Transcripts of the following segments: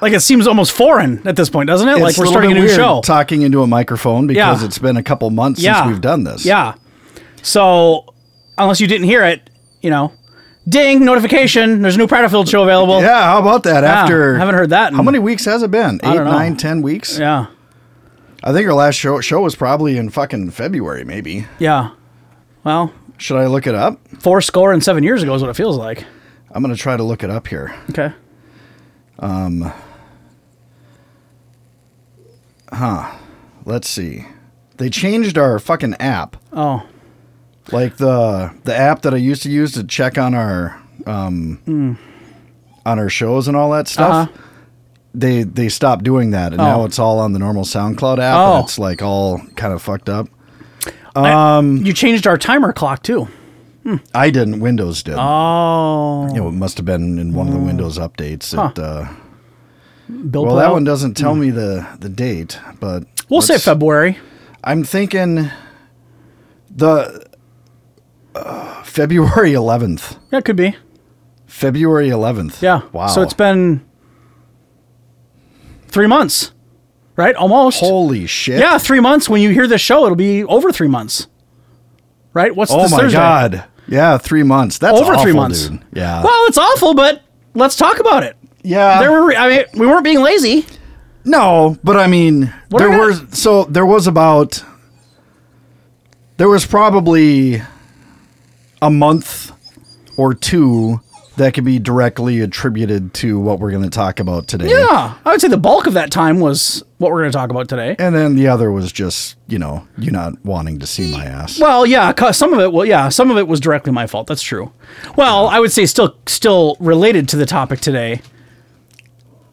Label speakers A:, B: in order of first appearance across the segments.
A: Like it seems almost foreign at this point, doesn't it? like
B: It's
A: we're
B: little
A: starting a
B: bit
A: new
B: weird
A: show.
B: talking into a microphone because
A: Yeah.
B: it's been a couple months
A: yeah,
B: since we've done this.
A: Yeah. So unless you didn't hear it, you know, ding notification. There's a new Pradafield show available.
B: Yeah, how about that? After
A: haven't heard that in-
B: How many weeks has it been? Eight,
A: don't know.
B: nine, ten weeks.
A: Yeah.
B: I think our last show show was probably in fucking February, maybe.
A: Yeah. Well,
B: Should I look it up?
A: four score and seven years ago is what it feels like.
B: I'm gonna try to look it up here.
A: Okay.
B: Let's see. They changed our fucking app.
A: Oh.
B: Like the the app that I used to use to check on our um
A: Hmm.
B: on our shows and all that stuff. They they stopped doing that and now
A: Uh-huh. Oh.
B: it's all on the normal SoundCloud app
A: Oh.
B: and it's like all kind of fucked up.
A: You changed our timer clock too.
B: I didn't, Windows did.
A: Oh. Hmm.
B: You know, it must have been in one of the Windows updates. It, uh,
A: Bill
B: well,
A: Plow?
B: that one doesn't tell me the, the date, but
A: Hmm. We'll say
B: let's-
A: February.
B: I'm thinking the uh, February 11th.
A: Yeah, it could be.
B: February 11th.
A: Yeah.
B: Wow.
A: So it's been three months, right? Almost.
B: holy shit.
A: yeah, three months. When you hear this show, it'll be over three months, right? What's
B: Oh
A: this
B: my
A: Thursday?
B: god. Yeah, three months. That's
A: Over three
B: awful,
A: months.
B: dude. Yeah.
A: Well, it's awful, but let's talk about it.
B: yeah.
A: there were. I mean, we weren't being lazy.
B: No, but I mean,
A: What
B: there
A: are
B: were so there was about there was probably a month or two that could be directly attributed to what we're going to talk about today.
A: Yeah, I would say the bulk of that time was what we're going to talk about today.
B: And then the other was just, you know, you not wanting to see my ass.
A: Well, yeah, 'cause some of it. Well, yeah, some of it was directly my fault. That's true. Well, I would say still, still related to the topic today.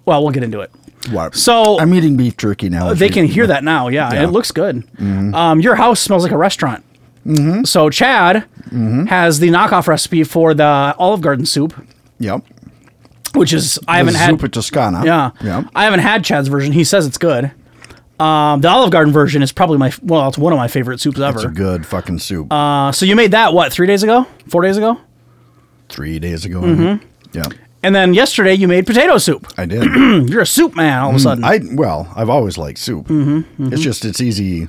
A: Well, we'll get into it.
B: What?
A: so-
B: I'm eating beef jerky now. if
A: They
B: you-
A: can hear that now. Yeah,
B: Yeah. Mm-hmm.
A: it looks good. Um, your house smells like a restaurant. So Chad
B: Mm-hmm.
A: has the knockoff recipe for the Olive Garden soup,
B: Yep.
A: which is I haven't
B: The
A: had.
B: Zuppa Toscana.
A: Yeah.
B: Yep.
A: I haven't had Chad's version. He says it's good. Um, the Olive Garden version is probably my well, it's one of my favorite soups
B: It's a
A: ever.
B: good fucking soup.
A: Uh, so you made that what three days ago, four days ago,
B: 3 days ago. Mm-hmm. Yeah.
A: and then yesterday you made potato soup. Hmm,
B: I did.
A: You're a soup man all of a sudden.
B: I well, I've always liked soup.
A: Mm-hmm,
B: It's just it's easy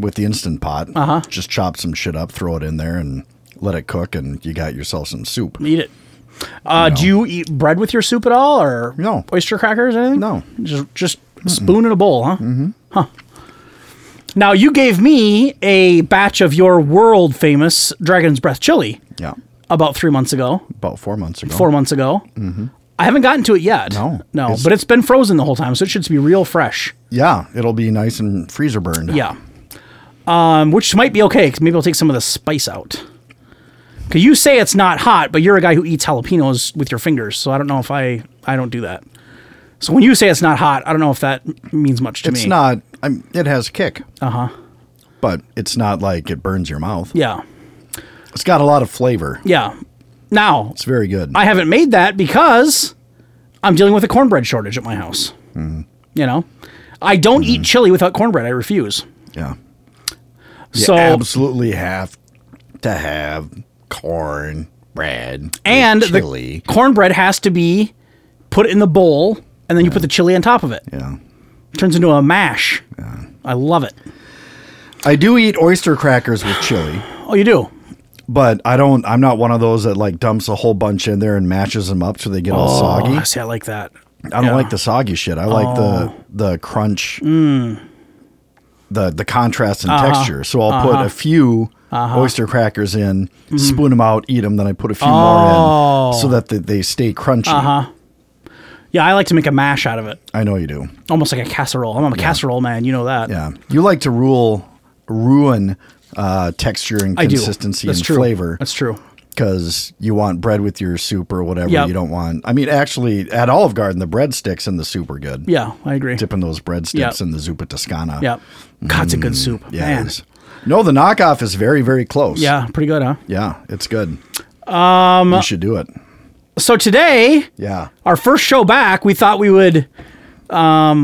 B: with the instant pot. Uh-huh. Just chop some shit up, throw it in there, and let it cook, and you got yourself some soup.
A: Eat it. Uh, Do you eat bread with your soup at all, or
B: No.
A: oyster crackers, or anything?
B: No.
A: just just spoon in a bowl, huh? Mm-hmm. Huh. Now you gave me a batch of your world famous Dragon's Breath chili
B: Yeah,
A: about three months ago,
B: about four months ago.
A: four months ago. Mm-hmm. I haven't gotten to it yet.
B: No.
A: no,
B: It's-
A: but it's been frozen the whole time, so it should be real fresh.
B: Yeah, it'll be nice and freezer burned.
A: Yeah. Um, which might be okay because maybe I'll take some of the spice out. Cause you say it's not hot, but you're a guy who eats jalapenos with your fingers, so I don't know if I I don't do that. So when you say it's not hot, I don't know if that m- means much to me. Uh-huh.
B: it's not. I'm, it has kick. Uh huh. But it's not like it burns your mouth.
A: Yeah,
B: It's got a lot of flavor.
A: yeah. Now
B: It's very good.
A: I haven't made that because I'm dealing with a cornbread shortage at my house.
B: Mm-hmm.
A: You know, I don't eat chili without cornbread. I refuse.
B: yeah.
A: so
B: you absolutely have to have corn bread
A: and
B: with
A: the
B: chili.
A: cornbread has to be put in the bowl, and then you put the chili on top of it.
B: yeah.
A: turns into a mash. I love it.
B: I do eat oyster crackers with chili,
A: Oh, you do?
B: but I don't. I'm not one of those that like dumps a whole bunch in there and mashes them up so they get all
A: Oh,
B: soggy.
A: see, I like that.
B: I don't like the soggy shit. I like
A: Oh.
B: the the crunch,
A: Mm.
B: the the contrast in
A: Uh-huh.
B: texture. So I'll put a few oyster crackers in,
A: Mm-hmm.
B: spoon 'em spoon them out, eat them. Then I put a few more
A: Oh.
B: in so that they, they stay crunchy.
A: Uh-huh. Yeah, I like to make a mash out of it,
B: I know you do.
A: almost like a casserole. I'm a casserole man. You know that.
B: Yeah, you like to rule ruin uh, texture and
A: I do.
B: consistency
A: That's
B: and
A: true.
B: flavor.
A: That's true.
B: because you want bread with your soup or whatever.
A: Yep.
B: You don't want. I mean, actually, at Olive Garden, the breadsticks and the soup are good.
A: Yeah, I agree.
B: Dipping those breadsticks
A: Yep.
B: in the zuppa toscana.
A: Yeah. God, it's a good soup.
B: Yeah. it
A: Man.
B: is. No, the knockoff is very, very close.
A: Yeah, pretty good, huh?
B: Yeah, it's good. Um, you should do it.
A: So today,
B: Yeah.
A: our first show back, we thought we would, um,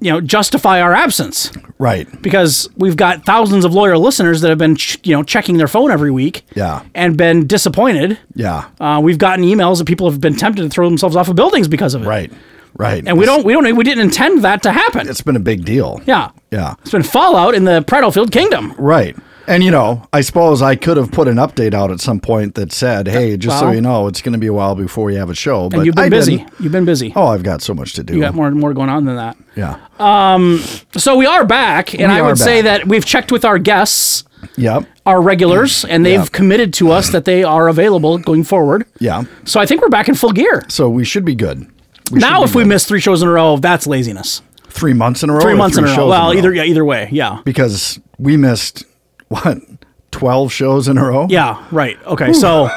A: you know, justify our absence
B: Right.
A: because we've got thousands of loyal listeners that have been, ch- you know, checking their phone every week.
B: Yeah.
A: And been disappointed.
B: Yeah.
A: Uh, we've gotten emails that people have been tempted to throw themselves off of buildings because of it.
B: right. Right.
A: And we
B: It's-
A: don't, we don't, we didn't intend that to happen.
B: It's been a big deal.
A: yeah.
B: Yeah.
A: It's been fallout in the Prattlefield Kingdom.
B: Right. And you know, I suppose I could have put an update out at some point that said, "Hey, just so
A: well-
B: you know, it's going to be a while before you have a show." But
A: And you've been
B: I
A: busy.
B: didn't.
A: You've been busy.
B: Oh, I've got so much to do.
A: You got more and more going on than that.
B: Yeah.
A: So we are back, and
B: We
A: I
B: are
A: would say
B: back.
A: that we've checked with our guests,
B: yep.
A: our regulars, and they've
B: Mm. Yeah.
A: committed to us that they are available going forward.
B: Yeah.
A: So I think we're back in full gear.
B: So we should be good. We
A: now,
B: should be
A: if we
B: good.
A: miss three shows in a row, that's laziness.
B: three months in a row,
A: Three
B: or
A: months in a
B: shows
A: row. Well, either yeah, either way, yeah,
B: because we missed what twelve shows in a row.
A: yeah, right. Okay, so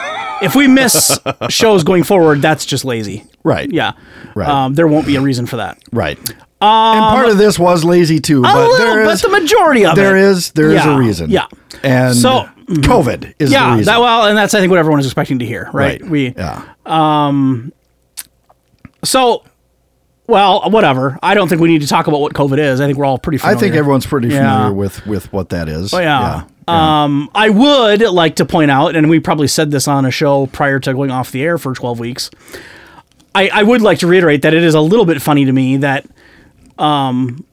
A: if we miss shows going forward, that's just lazy.
B: Right.
A: Yeah.
B: Right.
A: Um, there won't be a reason for that.
B: Right. and part of this was lazy too.
A: Um, A
B: but
A: little,
B: there
A: but
B: is-
A: the majority of
B: there
A: it.
B: is there is
A: Yeah,
B: a reason.
A: yeah.
B: And mm-hmm.
A: So-
B: COVID is the
A: Yeah.
B: reason.
A: That, well, and that's I think what everyone is expecting to hear. Right. We.
B: yeah.
A: So, well, whatever. I don't think we need to talk about what COVID is. I think we're all pretty
B: I
A: familiar.
B: think everyone's pretty
A: Yeah.
B: familiar with with what that is. Oh
A: Yeah. Um, I would like to point out, and we probably said this on a show prior to going off the air for 12 weeks. I, I would like to reiterate that it is a little bit funny to me that, um,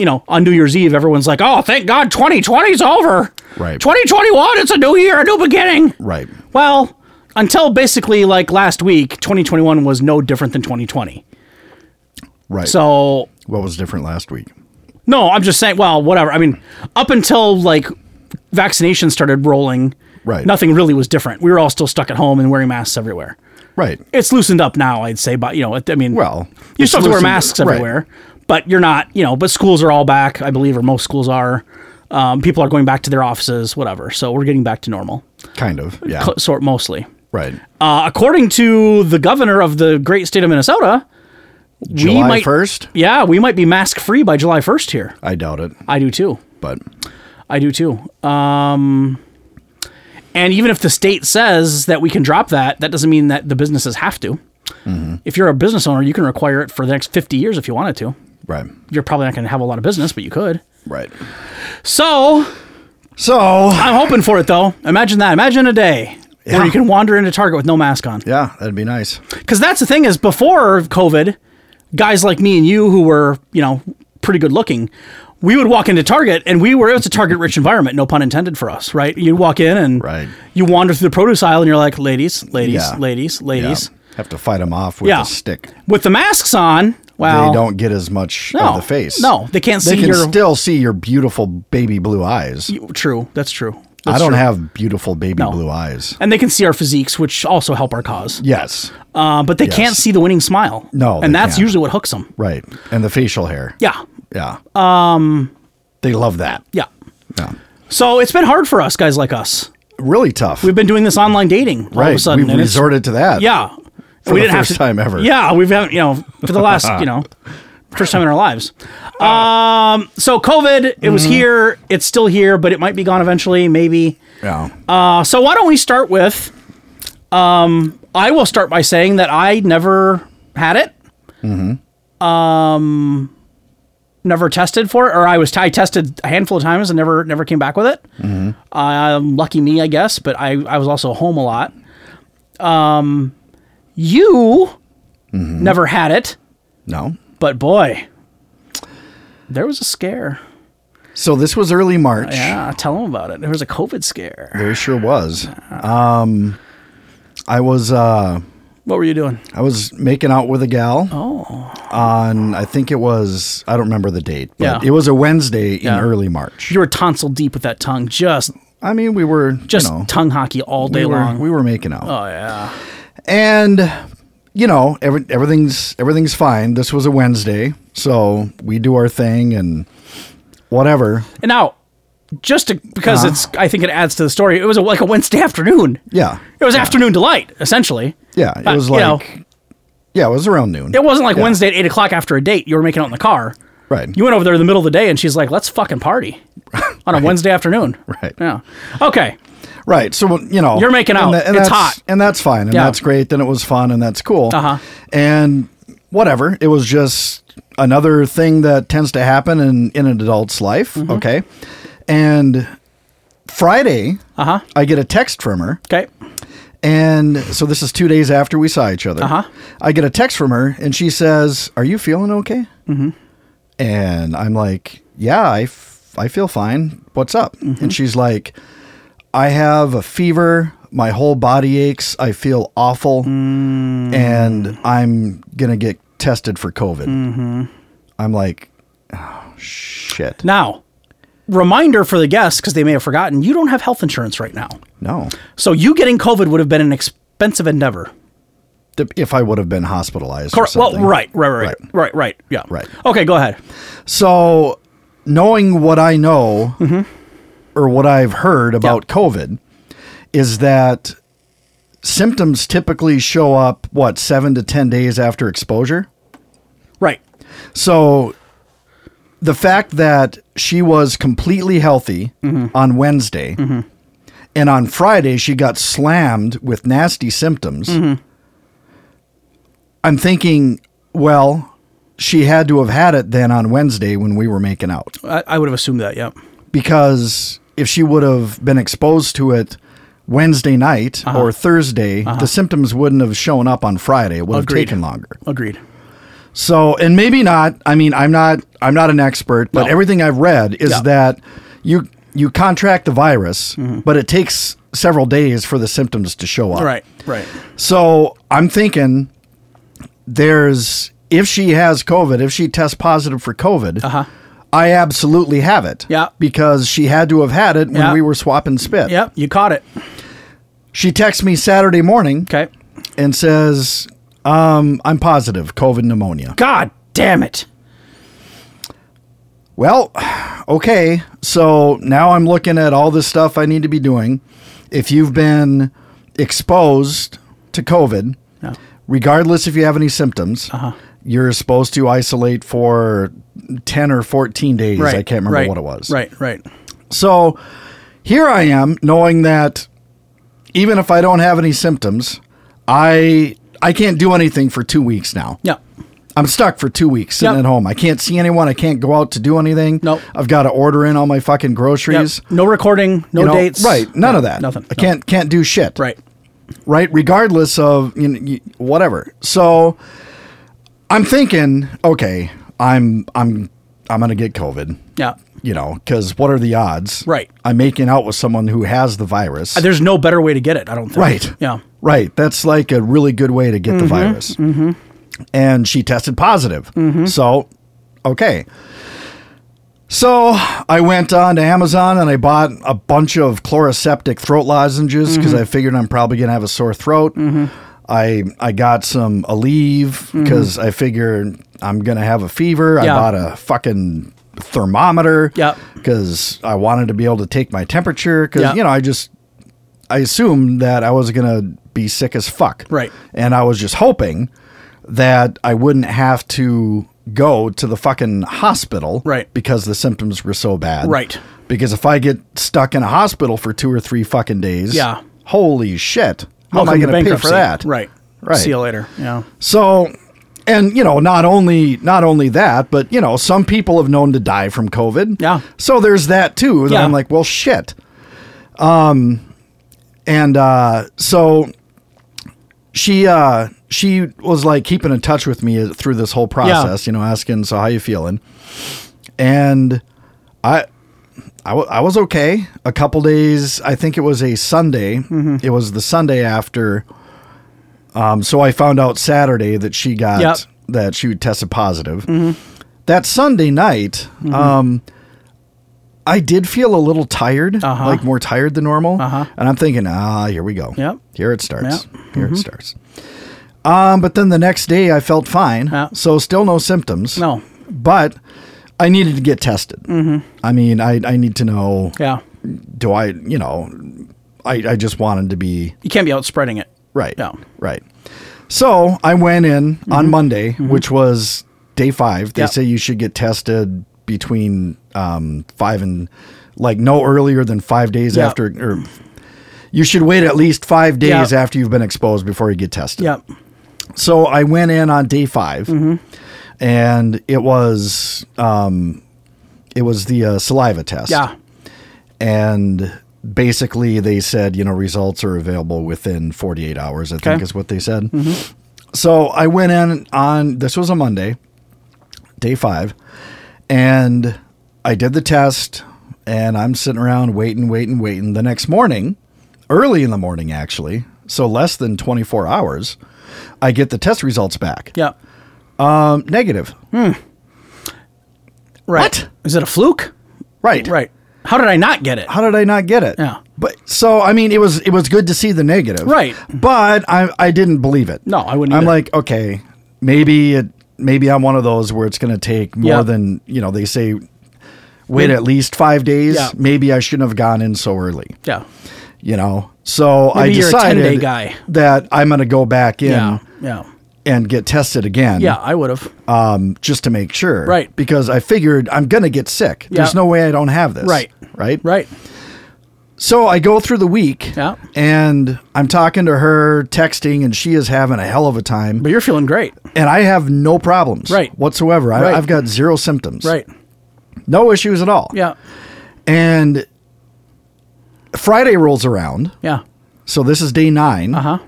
A: you know, on New Year's Eve, everyone's like, oh, thank God 2020's over.
B: Right.
A: 2021, it's a new year, a new beginning.
B: Right.
A: Well, until basically like last week, 2021 was no different than 2020.
B: Right.
A: So
B: what was different last week?
A: No, I'm just saying. Well, whatever. I mean, up until like vaccinations started rolling,
B: Right.
A: Nothing really was different. We were all still stuck at home and wearing masks everywhere.
B: Right.
A: It's loosened up now, I'd say. But you know, it- I mean,
B: Well,
A: you
B: it's
A: still have to wear
B: loosened-
A: masks
B: right.
A: everywhere, but you're not. You know, but schools are all back, I believe, or most schools are. Um, people are going back to their offices, whatever. So we're getting back to normal,
B: Kind of. Yeah.
A: Co- sort mostly.
B: right.
A: Uh, according to the governor of the great state of Minnesota,
B: July
A: might-
B: 1st?
A: yeah, we might be mask free by July 1st here.
B: I doubt it,
A: I do too.
B: but
A: I do too. Um, and even if the state says that we can drop that, that doesn't mean that the businesses have to. If you're a business owner, you can require it for the next 50 years if you wanted to.
B: right.
A: You're probably not going to have a lot of business, but you could.
B: Right.
A: So
B: So,
A: I'm hoping for it though. Imagine that. Imagine a day where
B: Yeah.
A: you can wander into Target with no mask on.
B: yeah, that'd be nice.
A: Because that's the thing is before COVID, guys like me and you who were, you know, pretty good looking, we would walk into Target and we were, it was a Target rich environment, no pun intended for us, right? You walk in and
B: Right.
A: you wander through the produce aisle and you're like, ladies, ladies,
B: Yeah.
A: ladies,
B: Yeah.
A: ladies.
B: Have to fight them off with
A: Yeah.
B: a stick.
A: With the masks on, well,
B: they don't get as much
A: no,
B: of the face.
A: No, they can't
B: They
A: see
B: can
A: your.
B: still see your beautiful baby blue eyes.
A: true, that's true.
B: I
A: That's
B: don't
A: true.
B: have beautiful baby blue eyes.
A: And they can see our physiques, which also help our cause.
B: Yes.
A: Uh, but they can't see the winning smile.
B: No,
A: and
B: they
A: that's
B: can't.
A: usually what hooks them.
B: Right. And the facial hair.
A: Yeah,
B: Yeah. Um they love that.
A: yeah.
B: Yeah.
A: So it's been hard for us guys like us.
B: Really tough.
A: we've been doing this online dating all of a
B: right.
A: sudden.
B: We've
A: and it's-
B: resorted to that.
A: yeah,
B: the first time ever.
A: Yeah, we've haven't you know for the last you know first time in our lives. Um, so COVID, it
B: Mm-hmm.
A: was here, it's still here, but it might be gone eventually, maybe.
B: Yeah.
A: Uh, so why don't we start with? Um, I will start by saying that I never had it. Um, never tested for it, or I was I tested a handful of times and never never came back with it. Um, lucky me, I guess. But I I was also home a lot. Um, you never had it,
B: No.
A: but boy, there was a scare.
B: So this was early March.
A: Yeah, tell them about it. There was a COVID scare.
B: There sure was. Um, I was uh,
A: What were you doing?
B: I was making out with a gal. Oh. On I think it was I don't remember the date, but
A: Yeah.
B: it was a Wednesday
A: Yeah.
B: in early March.
A: You were tonsil deep with that tongue, just
B: I mean, we were
A: just
B: you know,
A: tongue hockey all day
B: we were
A: long.
B: we were making out.
A: oh yeah,
B: and you know every, everything's everything's fine this was a wednesday so we do our thing and whatever
A: and now just to, because it's I think it adds to the story. It was a, like a Wednesday afternoon.
B: Ah. Yeah.
A: It was afternoon delight essentially.
B: Yeah. It
A: Uh,
B: was
A: you
B: like,
A: know.
B: yeah, it was around noon.
A: It wasn't like Wednesday at eight o'clock after a date. You were making out in the car.
B: Right.
A: You went over there in the middle of the day, and she's like, "Let's fucking party." On a Wednesday afternoon.
B: Right.
A: Yeah. Okay.
B: Right. So you know
A: You're making out.
B: And and that's,
A: It's hot.
B: and that's fine, and
A: Yeah.
B: that's great. Then it was fun, and that's cool.
A: Uh-huh.
B: And whatever. It was just another thing that tends to happen in in an adult's life.
A: Mm-hmm.
B: Okay. And Friday,
A: Uh huh.
B: I get a text from her,
A: Okay.
B: and so this is two days after we saw each other.
A: Uh-huh.
B: I get a text from her, and she says, "Are you feeling okay?" Mm-hmm. And I'm like, "Yeah, I, f- I feel fine. What's up?"
A: Mm-hmm.
B: And she's like, "I have a fever. My whole body aches. I feel awful,
A: Mm.
B: and I'm gonna get tested for COVID."
A: Mm-hmm.
B: I'm like, oh, "Shit,
A: Now, reminder for the guests because they may have forgotten: you don't have health insurance right now,
B: no."
A: so you getting COVID would have been an expensive endeavor.
B: Th- If I would have been hospitalized, or
A: Correct. Well,
B: something.
A: right, right, right, right,
B: Right.
A: right, right. Yeah.
B: Right.
A: Okay. Go ahead.
B: So, knowing what I know or what I've heard about COVID is that symptoms typically show up, what, seven to 10 days after exposure?
A: Right.
B: So, the fact that she was completely healthy on Wednesday and on Friday she got slammed with nasty symptoms, I'm thinking, well, she had to have had it then on Wednesday when we were making out
A: I, I would have assumed that. Yeah.
B: because if she would have been exposed to it Wednesday night
A: Uh-huh.
B: or Thursday, the symptoms wouldn't have shown up on Friday. It would have
A: Agreed.
B: taken longer.
A: Agreed.
B: So, and maybe not. I mean, I'm not. I'm not an expert, but
A: No.
B: everything I've read is
A: Yeah. Mm-hmm.
B: that you you contract the virus, but it takes several days for the symptoms to show up.
A: Right. Right.
B: So I'm thinking there's if she has COVID, if she tests positive for COVID,
A: Uh-huh.
B: I absolutely have it.
A: Yeah.
B: Because she had to have had it when
A: Yeah.
B: we were swapping spit.
A: Yep. You caught it.
B: She texts me Saturday morning
A: Okay.
B: and says, um, I'm positive, COVID pneumonia.
A: God damn it.
B: Well, okay. So now I'm looking at all the stuff I need to be doing. If you've been exposed to COVID,
A: No.
B: regardless if you have any symptoms,
A: Uh-huh.
B: you're supposed to isolate for 10 or 14 days. I can't remember
A: right,
B: what it was.
A: Right. Right.
B: So here I am knowing that even if I don't have any symptoms, I I can't do anything for 2 weeks now.
A: Yeah.
B: I'm stuck for 2 weeks sitting
A: Yep.
B: at home. I can't see anyone, I can't go out to do anything.
A: Nope.
B: I've got to order in all my fucking
A: Yep.
B: groceries.
A: No recording. No
B: You know,
A: dates.
B: Right. None
A: No,
B: of that.
A: Nothing.
B: I
A: No.
B: can't can't do shit
A: Right.
B: right? Regardless of you know, y- whatever. So I'm thinking, okay, I'm I'm I'm gonna get COVID.
A: Yeah.
B: You know, because what are the odds?
A: Right.
B: I'm making out with someone who has the virus.
A: There's no better way to get it. I don't think.
B: right.
A: Yeah.
B: Right. That's like a really good way to get the virus. Mm-hmm. And she tested positive.
A: Mm-hmm.
B: So, okay. So I went on to Amazon and I bought a bunch of chloroseptic throat lozenges
A: Mm-hmm.
B: because I figured I'm probably gonna have a sore throat. I I got some Aleve because I figure I'm gonna have a fever.
A: Mm-hmm. Yeah.
B: I bought a fucking thermometer
A: Yep.
B: because I wanted to be able to take my temperature because
A: Yeah.
B: you know I just I assumed that I was gonna be sick as fuck
A: Right.
B: and I was just hoping that I wouldn't have to go to the fucking hospital
A: Right.
B: because the symptoms were so bad
A: Right.
B: because if I get stuck in a hospital for two or three fucking days
A: Yeah.
B: holy shit how am
A: Welcome
B: I gonna pay for
A: bankruptcy.
B: that
A: Right.
B: Right.
A: See you later. Yeah.
B: so, and you know, not only not only that, but you know, some people have known to die from COVID.
A: Yeah.
B: So there's that too. That
A: Yeah.
B: I'm like, well, shit. Um, and uh, so she uh she was like keeping in touch with me through this whole process. You know, asking, so how you feeling? And I. I wa- I was okay. A couple days, I think it was a Sunday.
A: Mm-hmm.
B: It was the Sunday after. Um, so I found out Saturday that she got
A: Yep. Mm-hmm.
B: that she tested positive. That Sunday night, um, I did feel a little tired,
A: Uh-huh.
B: like more tired than normal.
A: Uh-huh.
B: And I'm thinking, ah, here we go.
A: Yep.
B: Here it starts.
A: Yep. Mm-hmm.
B: Here it starts. Um, but then the next day, I felt fine.
A: Yeah.
B: So still no symptoms.
A: No.
B: But I needed to get tested. I mean, I, I need to know
A: Yeah.
B: do I, you know, I, I just wanted to be
A: You can't be out spreading it.
B: right.
A: No.
B: Right. So I went in on Monday, which was day five. They
A: Yep.
B: say you should get tested between um, five and like no earlier than five days
A: Yep.
B: after, or you should wait at least five days
A: Yep.
B: after you've been exposed before you get tested.
A: Yep.
B: So I went in on day 5 and it was um, it was the uh, saliva test.
A: Yeah.
B: and basically they said you know results are available within 48 hours. I think
A: Okay.
B: is what they said. So I went in on this was a Monday, day five, and I did the test, and I'm sitting around waiting, waiting, waiting. The next morning, early in the morning actually, so less than 24 hours. I get the test results back
A: Yep.
B: negative.
A: Right.
B: What?
A: Is it a fluke?
B: Right.
A: Right. How did I not get it?
B: How did I not get it?
A: Yeah.
B: But so I mean, it was it was good to see the negative.
A: Right.
B: But I I didn't believe it.
A: No, I wouldn't
B: I'm
A: either.
B: like, okay, maybe it maybe I'm one of those where it's going to take more
A: Yeah.
B: than you know. They say wait at least five days.
A: Yeah.
B: Maybe I shouldn't have gone in so early.
A: Yeah.
B: You know. So I
A: Maybe you're a 10-day
B: decided
A: guy.
B: that I'm going to go back in
A: Yeah. Yeah.
B: and get tested again.
A: Yeah. I would have.
B: um, just to make sure.
A: Right.
B: Because I figured I'm going to get sick. There's
A: Yeah.
B: no way I don't have this.
A: Right.
B: Right.
A: Right.
B: So I go through the week.
A: Yeah.
B: And I'm talking to her, texting, and she is having a hell of a time.
A: But you're feeling great.
B: And I have no problems.
A: Right.
B: Whatsoever. I,
A: Right.
B: I've got zero symptoms.
A: Right.
B: No issues at all.
A: Yeah.
B: And Friday rolls around.
A: Yeah.
B: So this is day nine.
A: Uh huh.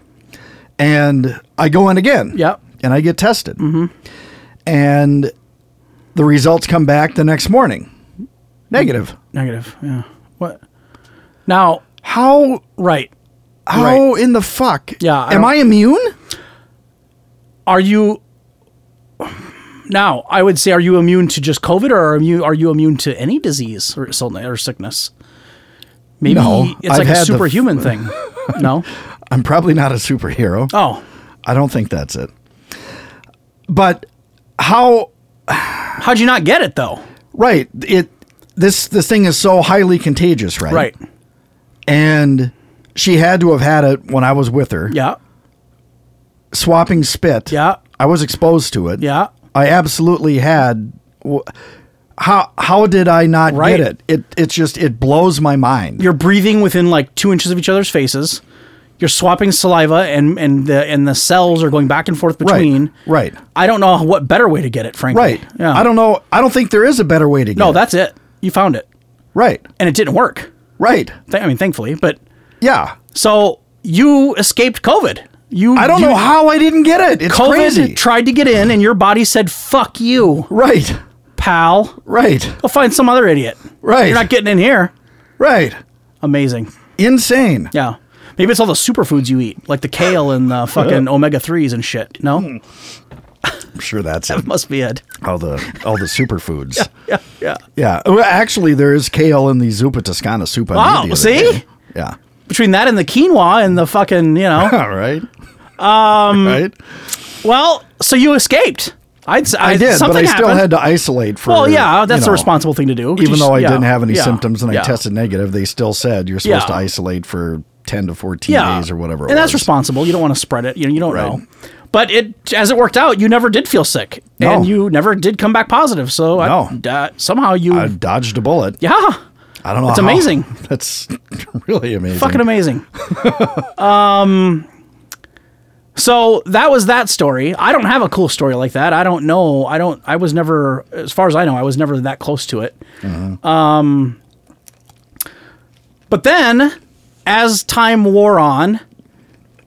B: and I go in again.
A: Yep. Mm-hmm.
B: And I get tested. And the results come back the next morning. Negative.
A: Negative. Yeah. What? Now,
B: How
A: right.
B: how in the fuck?
A: Yeah, I
B: am
A: don't-
B: I immune?
A: Are you now? I would say, are you immune to just COVID, or are you are you immune to any disease or, so- or sickness? Maybe
B: No,
A: it's
B: I've
A: like a
B: had the-
A: superhuman thing. No.
B: I'm probably not a superhero.
A: Oh,
B: I don't think that's it. But how
A: how'd you not get it though?
B: right, it this this thing is so highly contagious, right?
A: Right.
B: And she had to have had it when I was with her.
A: Yeah.
B: Swapping spit.
A: Yeah.
B: I was exposed to it.
A: Yeah.
B: I absolutely had. wh- How how did I not
A: Right.
B: get it? It it's just it blows my mind.
A: You're breathing within like two inches of each other's faces. You're swapping saliva, and and the and the cells are going back and forth between.
B: Right. Right.
A: I don't know what better way to get it, frankly.
B: Right.
A: Yeah.
B: I don't know. I don't think there is a better way to get.
A: No,
B: it.
A: that's it. You found it,
B: right.
A: and it didn't work.
B: Right.
A: Th- I mean, thankfully, but
B: Yeah.
A: so you escaped COVID. You.
B: I don't
A: you-
B: know how I didn't get it. It's
A: COVID
B: crazy.
A: tried to get in, and your body said, "Fuck you,
B: right.
A: pal.
B: Right.
A: Go find some other idiot.
B: Right.
A: You're not getting in here."
B: right.
A: Amazing.
B: Insane.
A: Yeah. Maybe it's all the superfoods you eat, like the kale and the fucking omega threes and shit.
B: Hmm.
A: No,
B: I'm sure that's it.
A: must be it.
B: All the all the superfoods.
A: Yeah, yeah.
B: yeah. Well, actually, there is kale in the Zupa Toscana soup. I made
A: Wow,
B: the other
A: see?
B: day. Yeah.
A: Between that and the quinoa and the fucking, you know.
B: All right. Um. Right.
A: well, so you escaped. I'd. s- I,
B: I did, but
A: something
B: I still
A: happened.
B: had to isolate for.
A: Well, yeah, that's
B: you
A: a
B: know,
A: responsible thing to do.
B: Even
A: Just-
B: though I
A: yeah,
B: didn't have any
A: yeah,
B: symptoms and
A: yeah.
B: I tested negative, they still said you're supposed to
A: Yeah.
B: isolate for ten to fourteen
A: yeah.
B: days or whatever. it
A: and that's
B: was.
A: responsible. You don't want to spread it. You know, you don't
B: Right.
A: know. But it, as it worked out, you never did feel sick,
B: No.
A: and you never did come back positive. So I-
B: No.
A: uh, somehow you,
B: I dodged a bullet.
A: yeah,
B: I don't know.
A: It's
B: how.
A: amazing.
B: That's really amazing.
A: fucking amazing. um, so that was that story. I don't have a cool story like that. I don't know. I don't. I was never, as far as I know, I was never that close to it. Um, but then, as time wore on,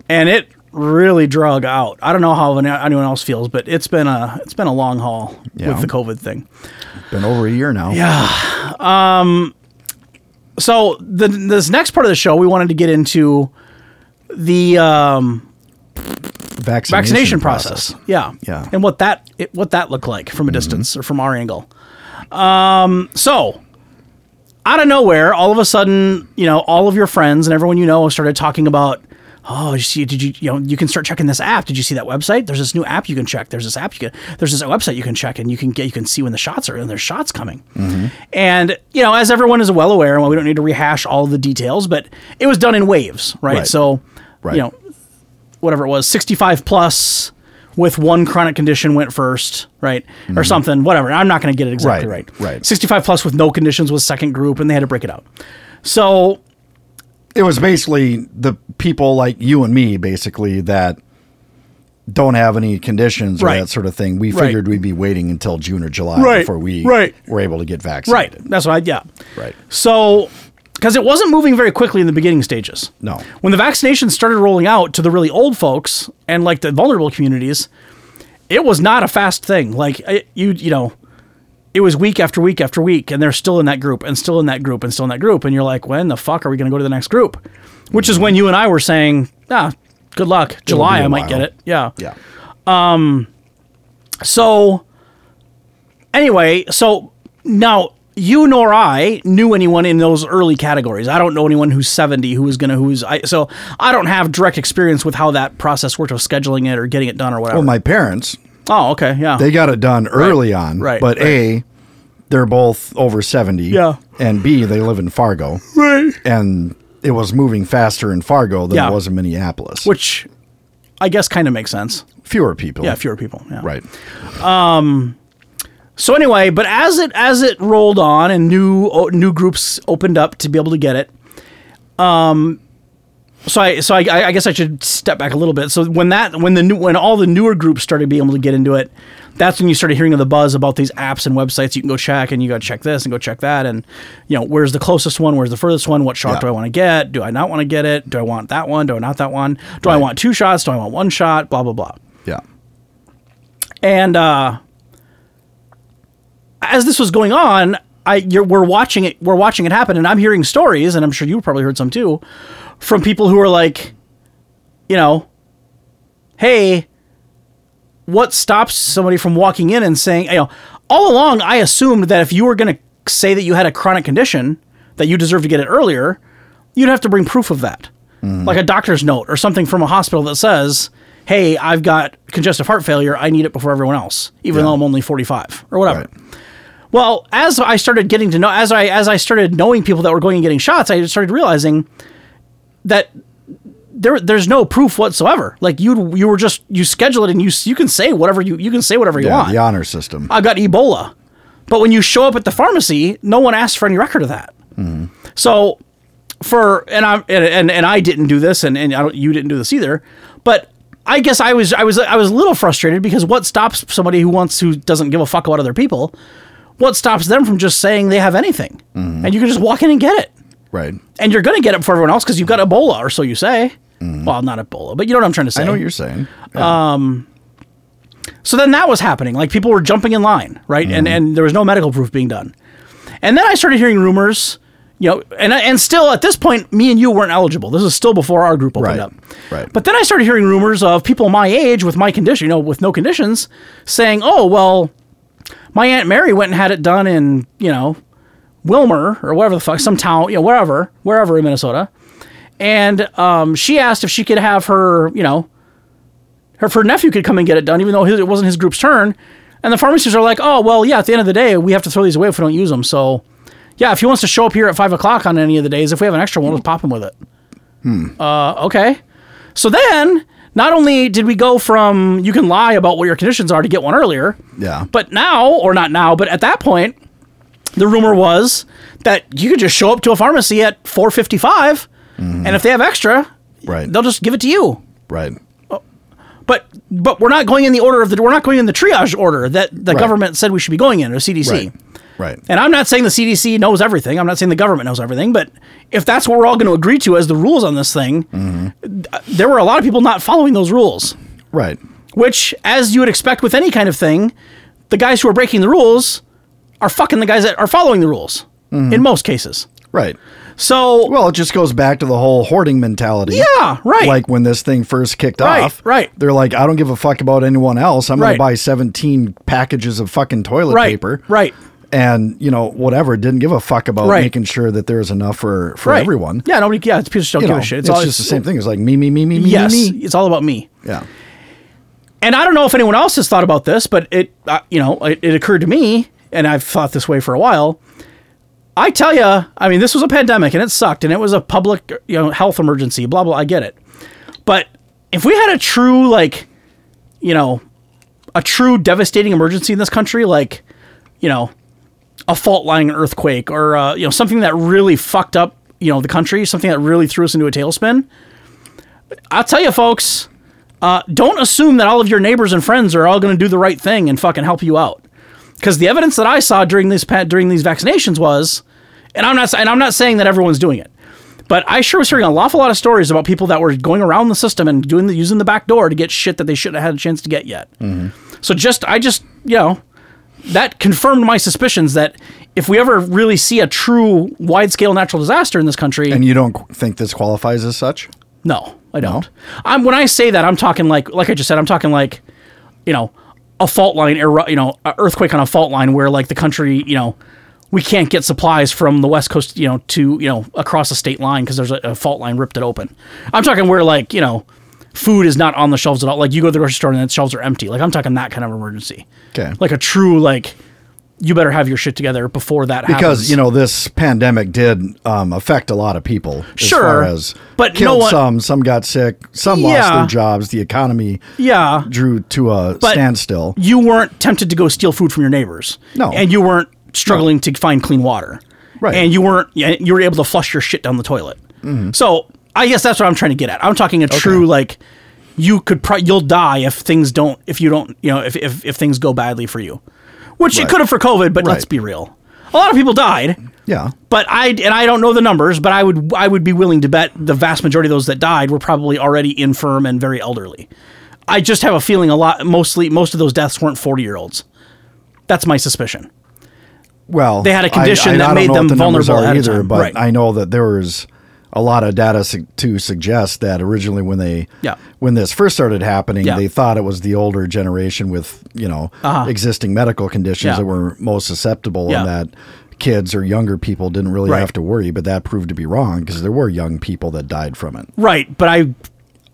A: and it really drug out. I don't know how anyone else feels, but it's been a it's been a long haul
B: Yeah.
A: with the COVID thing.
B: Been over a year now.
A: Yeah. Um. So the this next part of the show, we wanted to get into the um,
B: Vaccination,
A: vaccination process. Yeah. Mm-hmm.
B: Yeah.
A: And what that it, what that looked like from a distance or from our angle. Um. So. Out of nowhere, all of a sudden, you know, all of your friends and everyone you know started talking about oh, did you see? Did you you know you can start checking this app? Did you see that website? There's this new app you can check. There's this app you can. There's this website you can check, and you can get you can see when the shots are and there's shots coming. And you know, as everyone is well aware, and well, we don't need to rehash all the details, but it was done in waves, right?
B: Right.
A: So,
B: Right.
A: you know, whatever it was, 65 plus with one chronic condition went first, right? Or something, whatever. I'm not going to get it exactly
B: Mm-hmm. Right,
A: right.
B: right.
A: 65 plus with no conditions was second group, and they had to break it out. So,
B: It was basically the people like you and me, basically, that don't have any conditions or
A: Right.
B: that sort of thing. We
A: Right.
B: figured we'd be waiting until June or July
A: Right,
B: before we
A: right.
B: were able to get
A: right.
B: vaccinated.
A: That's what I, yeah.
B: Right.
A: So, because it wasn't moving very quickly in the beginning stages.
B: No.
A: When the vaccinations started rolling out to the really old folks and like the vulnerable communities, it was not a fast thing. Like it, you, you know, it was week after week after week, and they're still in that group and still in that group and still in that group, and you're like, when the fuck are we going to go to the next group? Which is when you and I were saying, ah, good luck,
B: Mm-hmm.
A: July
B: be a
A: I might
B: while.
A: get it. Yeah.
B: Yeah.
A: So anyway, so now you nor I knew anyone in those early categories. I don't know anyone who's 70 who is going to who's I so I don't have direct experience with how that process worked of scheduling it or getting it done or whatever.
B: Well, my parents,
A: oh, okay. Yeah.
B: they got it done early on.
A: right,
B: But A, they're both over 70.
A: Yeah.
B: And B, they live in Fargo.
A: Right.
B: And it was moving faster in Fargo than
A: Yeah.
B: it was in Minneapolis.
A: Which I guess kind of makes sense.
B: fewer people.
A: Yeah, fewer people. Yeah.
B: Right.
A: So anyway, but as it as it rolled on and new o- new groups opened up to be able to get it, um, so I so I, I guess I should step back a little bit. So when that when the new when all the newer groups started being able to get into it, that's when you started hearing of the buzz about these apps and websites you can go check and you got to check this and go check that and you know where's the closest one, where's the furthest one, what shot
B: Yeah.
A: do I want to get, do I not want to get it, do I want that one, do I not that one, do I want two shots, do I want one shot, blah blah blah.
B: Yeah.
A: And uh, as this was going on, I you're, we're watching it. We're watching it happen, and I'm hearing stories, and I'm sure you probably heard some too, from people who are like, you know, hey, what stops somebody from walking in and saying, you know, all along I assumed that if you were going to say that you had a chronic condition that you deserve to get it earlier, you'd have to bring proof of that,
B: Mm-hmm.
A: like a doctor's note or something from a hospital that says, hey, I've got congestive heart failure, I need it before everyone else, even though I'm only 45 or whatever.
B: Right.
A: Well, as I started getting to know, as I as I started knowing people that were going and getting shots, I started realizing that there there's no proof whatsoever. Like you you were just you schedule it and you s- you can say whatever you you can say whatever you
B: Yeah.
A: want.
B: The honor system.
A: I got Ebola, but when you show up at the pharmacy, no one asks for any record of that. So for and I and, and and I didn't do this, and and I don't, you didn't do this either. But I guess I was I was I was a little frustrated because what stops somebody who wants who doesn't give a fuck about other people? What stops them from just saying they have anything,
B: Mm-hmm.
A: and you can just walk in and get it,
B: right.
A: and you're gonna get it before everyone else because you've got Ebola, or so you say. Well, not Ebola, but you know what I'm trying to say.
B: I know what you're saying.
A: Uh, So then that was happening. Like people were jumping in line, right?
B: Mm-hmm.
A: And and there was no medical proof being done. And then I started hearing rumors, you know, and I- and still at this point, me and you weren't eligible. This is still before our group opened
B: Right,
A: up.
B: right.
A: But then I started hearing rumors of people my age with my condition, you know, with no conditions, saying, "Oh well, my aunt Mary went and had it done in you know Wilmer or whatever the fuck, some
B: Mm-hmm.
A: town, you know, wherever, wherever in Minnesota." And um, she asked if she could have her, you know, her, if her nephew could come and get it done, even though his, it wasn't his group's turn. And the pharmacists are like, oh, well, yeah, at the end of the day, we have to throw these away if we don't use them. So, yeah, if he wants to show up here at five o'clock on any of the days, if we have an extra one, let's pop him with it. Uh, okay. So then, not only did we go from you can lie about what your conditions are to get one earlier,
B: Yeah.
A: but now, or not now, but at that point, the rumor was that you could just show up to a pharmacy at 4:55, and if they have extra,
B: Right.
A: they'll just give it to you
B: Right.
A: but but we're not going in the order of the we're not going in the triage order that the
B: Right.
A: government said we should be going in or CDC.
B: Right. Right.
A: And I'm not saying the CDC knows everything. I'm not saying the government knows everything. But if that's what we're all going to agree to as the rules on this thing,
B: Mm-hmm.
A: th- there were a lot of people not following those rules.
B: Right.
A: Which, as you would expect with any kind of thing, the guys who are breaking the rules are fucking the guys that are following the rules in most cases.
B: Right.
A: So
B: Mm-hmm. Well, it just goes back to the whole hoarding mentality.
A: Yeah, right.
B: Like when this thing first kicked
A: Right,
B: off.
A: right.
B: They're like, I don't give a fuck about anyone else. I'm
A: Right.
B: gonna buy 17 packages of fucking toilet
A: right,
B: paper.
A: right,
B: and you know whatever didn't give a fuck about
A: Right.
B: making sure that there was enough for for
A: Right.
B: everyone.
A: Yeah, nobody. Yeah, it's people just don't
B: You
A: give
B: know,
A: a shit.
B: It's,
A: all-
B: just the same thing. It's like me, me, me, me, me,
A: Yes,
B: me.
A: it's all about me.
B: Yeah.
A: and I don't know if anyone else has thought about this, but it, uh, you know, it, it occurred to me, and I've thought this way for a while. I tell you, I mean, this was a pandemic and it sucked, and it was a public, you know, health emergency. Blah blah. I get it, but if we had a true, like, you know, a true devastating emergency in this country, like, you know, a fault line earthquake or uh, you know something that really fucked up, you know, the country, something that really threw us into a tailspin. I'll tell you, folks uh, don't assume that all of your neighbors and friends are all going to do the right thing and fucking help you out. Because the evidence that I saw during these pa- during these vaccinations was, and I'm not and I'm not saying that everyone's doing it, but I sure was hearing an awful lot of stories about people that were going around the system and doing the using the back door to get shit that they shouldn't have had a chance to get yet. So just I just you know that confirmed my suspicions that if we ever really see a true wide scale natural disaster in this country,
B: And you don't qu- think this qualifies as such?
A: no, I don't. I'm when I say that I'm talking like like I just said I'm talking like you know a fault line eru- you know a earthquake on a fault line where like the country you know we can't get supplies from the west coast you know to you know across the state line because there's a, a fault line ripped it open. I'm talking where like you know food is not on the shelves at all. Like you go to the grocery store and the shelves are empty. Like I'm talking that kind of emergency.
B: Okay.
A: Like a true like you better have your shit together before that happens.
B: Because you know this pandemic did um, affect a lot of people. As
A: Sure,
B: far as
A: but no
B: killed
A: one-
B: some, some got sick, some lost
A: Yeah.
B: their jobs. The economy
A: yeah.
B: drew to a standstill.
A: you weren't tempted to go steal food from your neighbors.
B: No.
A: And you weren't struggling to find clean water.
B: Right. Mm-hmm.
A: And you weren't yeah, you were able to flush your shit down the toilet. So I guess that's what I'm trying to get at. I'm talking a true like you could pro- you'll die if things don't if you don't you know if if, if things go badly for you, which it
B: Right.
A: could have for COVID. But let's
B: Right.
A: be real, a lot of people died.
B: Yeah.
A: But I and I don't know the numbers, but I would I would be willing to bet the vast majority of those that died were probably already infirm and very elderly. I just have a feeling a lot mostly most of those deaths weren't 40 year olds. That's my suspicion.
B: Well,
A: They had a condition that
B: don't
A: made
B: know what
A: them
B: the numbers
A: vulnerable
B: are
A: ahead of time.
B: but
A: Right.
B: I know that there was a lot of data su- to suggest that originally when they
A: Yeah.
B: when this first started happening,
A: Yeah. Uh-huh.
B: they thought it was the older generation with you know existing medical conditions
A: Yeah.
B: that were most susceptible,
A: Yeah.
B: and that kids or younger people didn't really
A: Right.
B: have to worry. But that proved to be wrong because there were young people that died from it.
A: Right, but I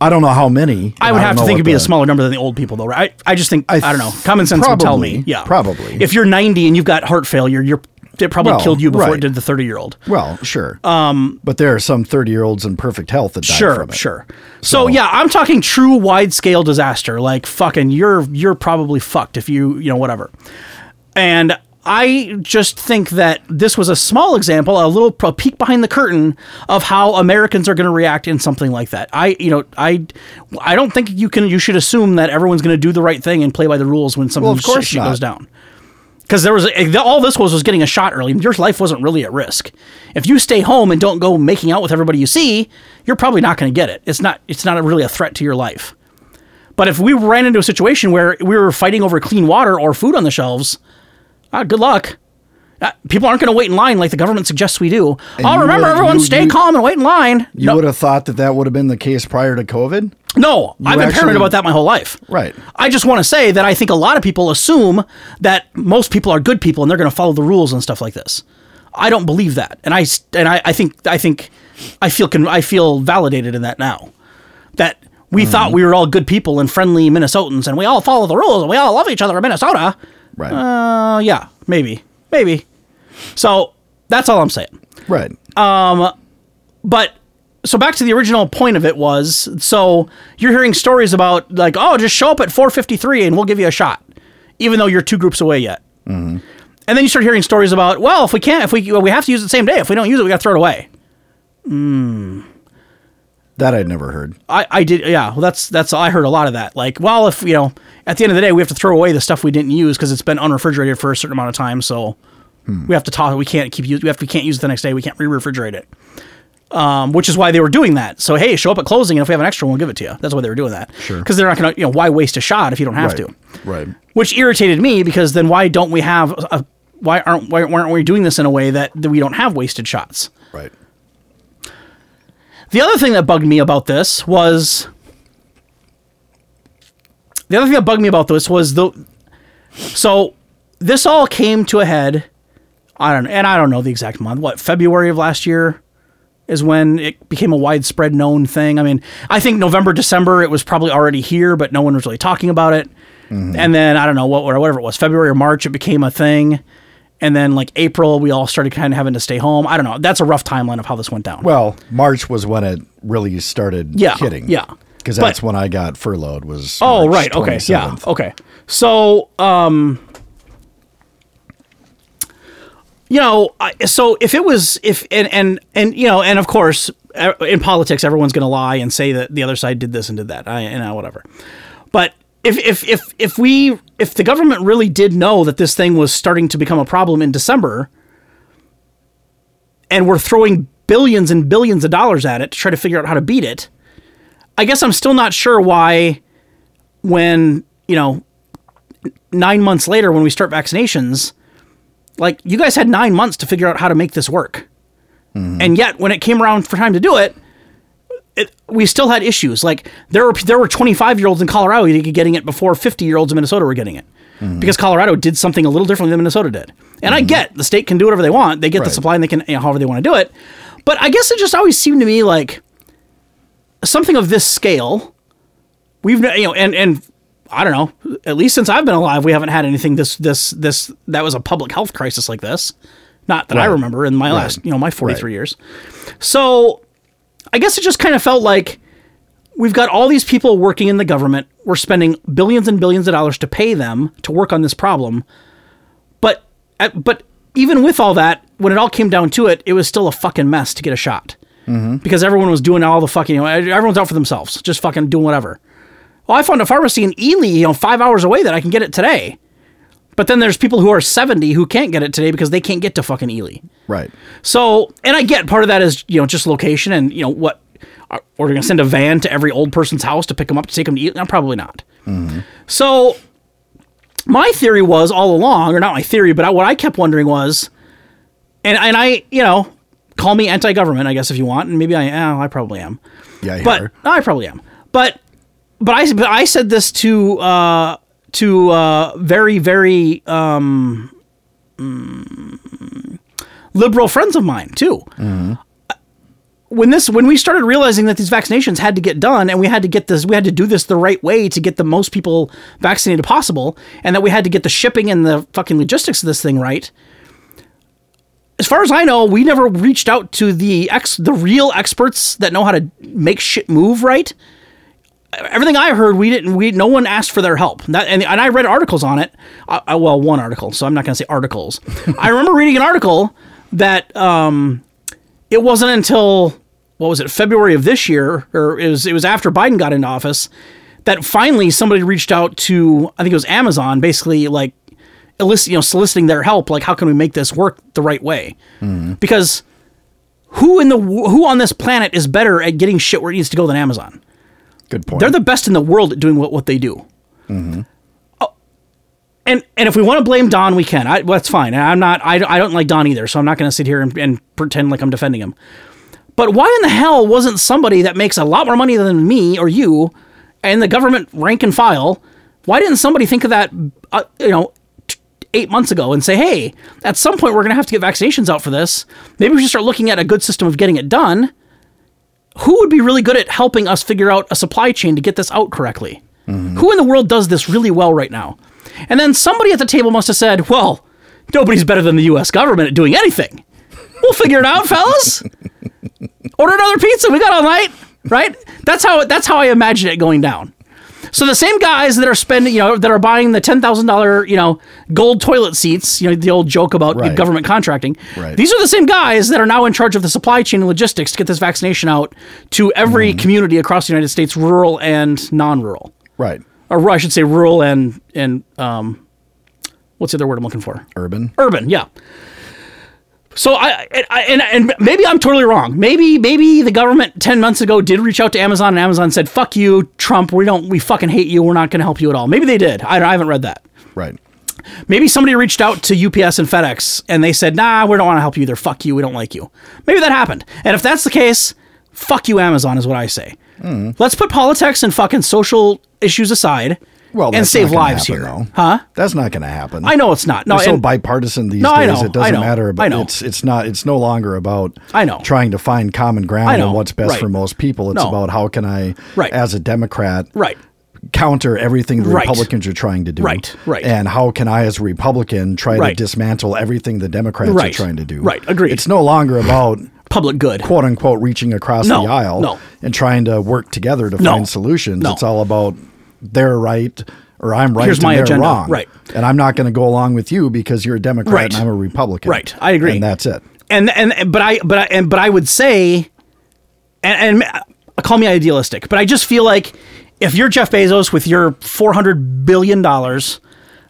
B: I don't know how many. and
A: I would
B: don't
A: have to
B: know what
A: think it'd be
B: the-
A: a smaller number than the old people though. Right? I, I just think I,
B: I
A: don't know.
B: th-
A: Common sense would tell me.
B: probably,
A: Yeah.
B: probably.
A: If you're 90 and you've got heart failure, you're it probably
B: Well,
A: killed you before it
B: right.
A: did the 30 year old.
B: Well, sure. Um, but there are some thirty-year-olds in perfect health that died
A: sure
B: from it.
A: sure so, yeah i'm talking true wide scale disaster like fucking you're you're probably fucked if you you know whatever and i just think that this was a small example a little a peek behind the curtain of how americans are going to react in something like that i you know i i don't think you can you should assume that everyone's going to do the right thing and play by the rules when something
B: Well, of course
A: shit
B: not.
A: goes down because there was a, all this was was getting a shot early. Your life wasn't really at risk. If you stay home and don't go making out with everybody you see, you're probably not going to get it. It's not it's not really a threat to your life. But if we ran into a situation where we were fighting over clean water or food on the shelves, ah, good luck. Ah, People aren't going to wait in line like the government suggests we do. oh,
B: you
A: remember,
B: would-
A: everyone,
B: you-
A: stay
B: you-
A: calm and wait in line.
B: You
A: no,
B: would have thought that that would have been the case prior to COVID.
A: no I've been paranoid
B: actually-
A: about that my whole life.
B: Right.
A: I just want to say that I think a lot of people assume that most people are good people and they're going to follow the rules and stuff like this. I don't believe that, and I s- and I, I think I think I feel con- I feel validated in that now. That we thought we were all good people and friendly Minnesotans, and we all follow the rules and we all love each other in Minnesota.
B: Right.
A: Uh, yeah, maybe, maybe. So that's all I'm saying.
B: right.
A: uh, But so back to the original point of it was so you're hearing stories about like oh just show up at 4:53 and we'll give you a shot, even though you're two groups away yet. And then you start hearing stories about well if we can't if we we have to use it the same day if we don't use it we got to throw it away.
B: that I'd never heard.
A: I, I did yeah well that's that's I heard a lot of that like well if you know at the end of the day we have to throw away the stuff we didn't use because it's been unrefrigerated for a certain amount of time so we have to toss we can't keep use we have we can't use it the next day we can't re-refrigerate it um, which is why they were doing that so hey show up at closing and if we have an extra one we'll give it to you that's why they were doing that
B: Sure.
A: because they're not gonna you know why waste a shot if you don't have
B: right.
A: to
B: Right.
A: which irritated me because then why don't we have a, why aren't why aren't we doing this in a way that, that we don't have wasted shots
B: Right.
A: the other thing that bugged me about this was the other thing that bugged me about this was the so this all came to a head I don't and I don't know the exact month. What February of last year is when it became a widespread known thing. I mean, I think November December it was probably already here, but no one was really talking about it. And then I don't know what or whatever it was February or March it became a thing. And then like April we all started kind of having to stay home. I don't know. That's a rough timeline of how this went down.
B: Well, March was when it really started
A: Yeah,
B: hitting.
A: yeah.
B: Because
A: But-
B: that's when I got furloughed was
A: Oh,
B: March
A: right. Okay. Yeah.
B: 27th.
A: Okay. So, um, you know, I, so if it was if and and and you know, and of course, e- in politics, everyone's going to lie and say that the other side did this and did that, I, and uh, whatever. But if if if if we if the government really did know that this thing was starting to become a problem in December, and we're throwing billions and billions of dollars at it to try to figure out how to beat it, I guess I'm still not sure why when you know nine months later when we start vaccinations like you guys had nine months to figure out how to make this work
B: Mm-hmm.
A: and yet when it came around for time to do it, it we still had issues like there were there were 25 year olds in colorado that were getting it before 50 year olds in minnesota were getting it
B: Mm-hmm.
A: because colorado did something a little differently than minnesota did and i get the state can do whatever they want they get the
B: Right.
A: supply and they can you know, however they want to do it but i guess it just always seemed to me like something of this scale we've you know and and i don't know at least since i've been alive we haven't had anything this this this that was a public health crisis like this not that i
B: Right.
A: remember in my
B: Right.
A: last you know my 43 years so i guess it just kind of felt like we've got all these people working in the government we're spending billions and billions of dollars to pay them to work on this problem but uh, but even with all that when it all came down to it it was still a fucking mess to get a shot
B: Mm-hmm.
A: because everyone was doing all the fucking, you know, e, everyone's out for themselves, just fucking doing whatever. Well, I found a pharmacy in Ely, you know, five hours away that I can get it today. But then there's people who are 70 who can't get it today because they can't get to fucking Ely.
B: Right.
A: So, and I get part of that is, you know, just location and, you know, what, are we're going to send a van to every old person's house to pick them up to take them to Ely? No, probably not. So, my theory was all along, or not my theory, but I, what I kept wondering was, and, and I, you know, call me anti government, I guess, if you want, and maybe I, oh, I probably am
B: Yeah.
A: but
B: here.
A: I probably am. But but I but I said this to uh, to uh, very very um, mm, liberal friends of mine too. When this when we started realizing that these vaccinations had to get done and we had to get this we had to do this the right way to get the most people vaccinated possible and that we had to get the shipping and the fucking logistics of this thing right as far as I know, we never reached out to the ex the real experts that know how to make shit move right. Everything I heard, we didn't. We no one asked for their help, That- and and I read articles on it. I, I- well, one article, so I'm not going to say articles. I remember reading an article that um, it wasn't until what was it February of this year, or it was it was after Biden got into office that finally somebody reached out to I think it was Amazon, basically like elicit, you know, soliciting their help. Like, how can we make this work the right way? Because who in the wo- who on this planet is better at getting shit where it needs to go than Amazon?
B: Good point.
A: They're the best in the world at doing what, what they do. Oh, and and if we want to blame Don, we can. I, well, that's fine. And I'm not. I, don't- I don't like Don either, so I'm not going to sit here and, and pretend like I'm defending him. But why in the hell wasn't somebody that makes a lot more money than me or you, and the government rank and file? Why didn't somebody think of that? Uh, you know. t- Eight months ago, and say, "Hey, at some point we're going to have to get vaccinations out for this. Maybe we should start looking at a good system of getting it done." who would be really good at helping us figure out a supply chain to get this out correctly? Who in the world does this really well right now? And then somebody at the table must have said, well, nobody's better than the US government at doing anything. We'll figure it out, fellas. Order another pizza. We got all night, right? That's how that's how I imagine it going down. So the same guys that are spending, you know, that are buying the ten thousand dollar, you know, gold toilet seats, you know, the old joke about
B: Right.
A: government contracting.
B: Right.
A: These are the same guys that are now in charge of the supply chain and logistics to get this vaccination out to every community across the United States, rural and non-rural,
B: right.
A: or I should say, rural and and um, what's the other word I'm looking for?
B: Urban.
A: urban yeah so I, I- I and, and maybe i'm totally wrong maybe maybe the government 10 months ago did reach out to amazon and amazon said fuck you trump we don't we fucking hate you we're not going to help you at all maybe they did I, I haven't read that
B: Right.
A: maybe somebody reached out to ups and fedex and they said nah we don't want to help you either fuck you we don't like you maybe that happened and if that's the case
B: Mm.
A: fuck you amazon is what i say let's put politics and fucking social issues aside
B: Well,
A: and
B: that's
A: save
B: not gonna
A: lives
B: happen,
A: here.
B: though.
A: Huh?
B: That's not going to happen.
A: I know it's not. No,
B: We're so
A: and-
B: bipartisan these
A: No, I
B: days.
A: know,
B: it doesn't
A: I know,
B: matter. But
A: I know.
B: it's it's not. It's no longer about.
A: I know.
B: Trying to find common ground
A: know,
B: on what's best
A: right.
B: for most people. It's
A: No.
B: about how can I,
A: Right.
B: as a Democrat,
A: Right.
B: counter everything the
A: Right.
B: Republicans are trying to do.
A: Right, right.
B: And how can I, as a Republican, try to
A: Right.
B: dismantle everything the Democrats
A: Right,
B: are trying to do?
A: right, agreed.
B: It's no longer about
A: Public good.
B: quote unquote reaching across
A: No,
B: the aisle
A: no.
B: and trying to work together to
A: No,
B: find solutions.
A: no.
B: It's all about they're right or I'm right
A: Here's
B: and
A: my
B: they're
A: agenda,
B: wrong.
A: right.
B: And I'm not going to go along with you because you're a Democrat
A: Right.
B: and I'm a Republican.
A: Right, I agree. Oh,
B: And that's it.
A: and and and- but I but I, and but I would say, and and uh, call me idealistic, but I just feel like if you're Jeff Bezos with your four hundred billion dollars,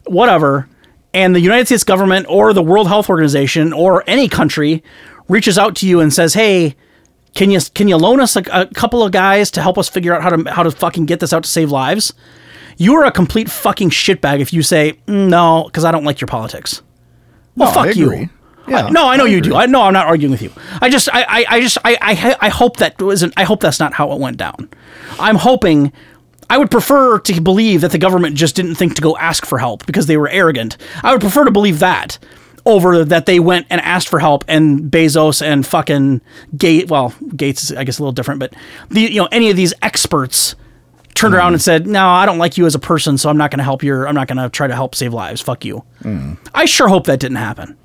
A: whatever, and the United States government or the World Health Organization or any country reaches out to you and says, "Hey, can you can you loan us a, a couple of guys to help us figure out how to how to fucking get this out to save lives?" You are a complete fucking shitbag if you say "Mm, no because I don't like your politics. Well,
B: No,
A: fuck
B: Oh, I
A: you.
B: agree. Yeah,
A: I- no, I know you do.
B: agree.
A: I no, I'm not arguing with you. I just, I, I, I just, I, I, I hope that wasn't. I hope that's not how it went down. I'm hoping. I would prefer to believe that the government just didn't think to go ask for help because they were arrogant. I would prefer to believe that over that they went and asked for help and Bezos and fucking Gates. Well, Gates is I guess a little different, but the you know any of these experts turned around and said, "No, I don't like you as a person, so I'm not going to help your. I'm not going to try to help save lives. Fuck you."
B: Mm.
A: I sure hope that didn't happen.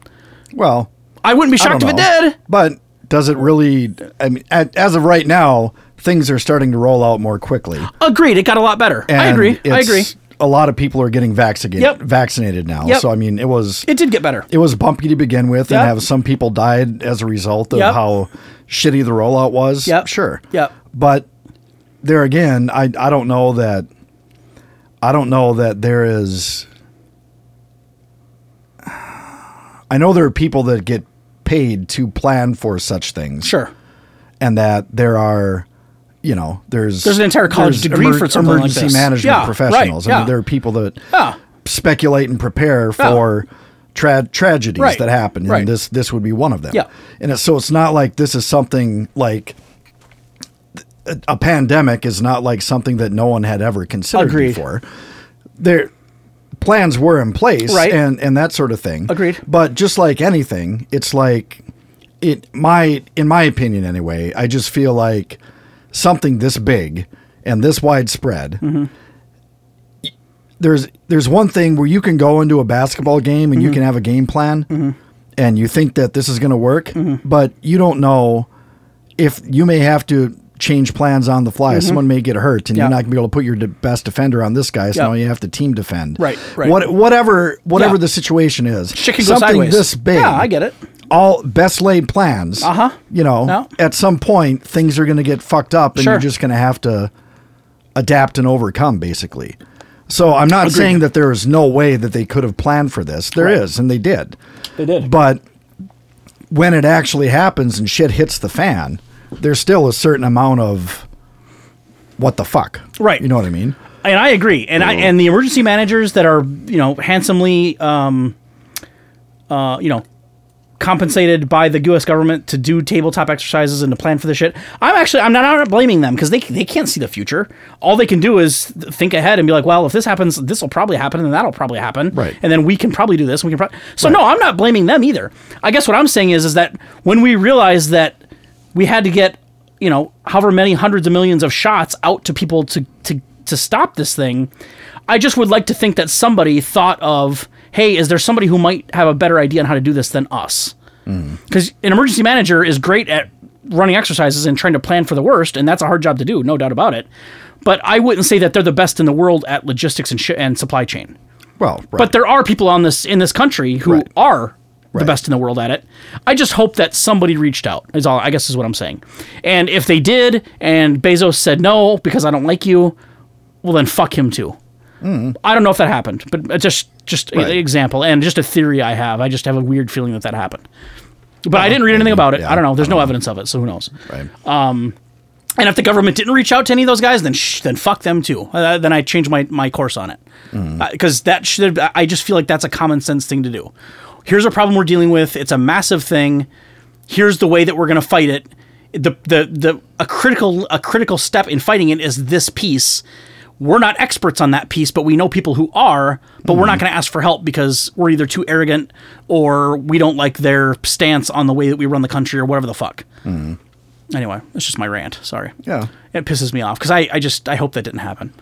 B: Well,
A: I wouldn't be
B: I don't
A: shocked if it
B: know.
A: did.
B: But does it really? I mean, at, as of right now, things are starting to roll out more quickly.
A: Agreed. It got a lot better. I
B: And
A: agree. I
B: it's-
A: agree.
B: A lot of people are getting vaccinated.
A: Yep.
B: Vaccinated now.
A: Yep.
B: So I mean, it was
A: It did get better.
B: it was bumpy to begin with,
A: Yep.
B: and have some people died as a result of
A: Yep.
B: how shitty the rollout was.
A: Yep.
B: Sure.
A: Yep.
B: But there again, I I don't know that I don't know that there is I know there are people that get paid to plan for such things
A: Sure.
B: and that there are, you know, there's
A: There's an entire college
B: there's
A: degree for something like
B: emergency
A: this.
B: management
A: Yeah, right,
B: professionals. I
A: yeah.
B: mean, there are people that
A: Yeah.
B: speculate and prepare for tra- tragedies
A: Right,
B: that happen, and
A: right.
B: this this would be one of them.
A: Yeah.
B: and it's, so it's not like this is something like a, a pandemic is not like something that no one had ever considered
A: Agreed.
B: before. There. Plans were in place,
A: Right.
B: and and that sort of thing.
A: Agreed.
B: But just like anything, it's like it my in my opinion anyway i just feel like something this big and this
A: Mm-hmm.
B: widespread y- there's there's one thing where you can go into a basketball game
A: Mm-hmm.
B: and you can have a game plan and you think that this is going to work
A: Mm-hmm.
B: but you don't know if you may have to change plans on the fly someone may get hurt and
A: Mm-hmm. Yeah.
B: you're not going to be able to put your de- best defender on this guy so
A: Yeah.
B: now you have to team defend
A: Right, right.
B: what whatever whatever
A: Yeah.
B: the situation is
A: Shit can go
B: something
A: sideways.
B: this big
A: Yeah, I get it.
B: all best laid plans.
A: Uh-huh.
B: You know,
A: No.
B: at some point things are going to get fucked up, and
A: Sure.
B: you're just going to have to adapt and overcome, basically. So I'm not saying that there is no way that they could have planned for this. There is,
A: Right.
B: and they did.
A: They did.
B: But when it actually happens and shit hits the fan, there's still a certain amount of what the fuck,
A: Right.
B: You know what I mean?
A: and I agree. And I and the emergency managers that are you know handsomely um, uh, you know compensated by the U.S. government to do tabletop exercises and to plan for the shit. I'm actually I'm not, I'm not blaming them because they they can't see the future. All they can do is th- think ahead and be like, well, if this happens, this will probably happen, and that'll probably happen,
B: Right.
A: And then we can probably do this. And we can probably. So no, I'm not blaming them either. I guess what I'm saying is is that when we realize that we had to get you know however many hundreds of millions of shots out to people to to to stop this thing i just would like to think that somebody thought of hey is there somebody who might have a better idea on how to do this than us because an emergency manager is great at running exercises and trying to plan for the worst and that's a hard job to do no doubt about it but i wouldn't say that they're the best in the world at logistics and sh- and supply chain
B: Well, right.
A: but there are people on this in this country who
B: Right.
A: are the
B: Right.
A: best in the world at it. I just hope that somebody reached out. Is all I guess is what I'm saying. And if they did, and Bezos said no because I don't like you, well then fuck him too. I don't know if that happened, but uh, just just an
B: Mm. Right.
A: example and just a theory I have. I just have a weird feeling that that happened. But I didn't read anything about it.
B: Oh, Yeah,
A: I don't know. There's no evidence of it, so who knows?
B: Right.
A: And if the government didn't reach out to any of those guys, then sh- then fuck them too. Uh, then I change my, my course on it because Uh, that should. I just feel like that's a common sense thing to do. Here's a problem we're dealing with. It's a massive thing. Here's the way that we're going to fight it. The the the a critical a critical step in fighting it is this piece. we're not experts on that piece, but we know people who are, but we're not going to ask for help because we're either too arrogant or we don't like their stance on the way that we run the country or whatever the fuck. Anyway, that's just my rant. Sorry.
B: Yeah.
A: It pisses me off because I, I just, I hope that didn't happen.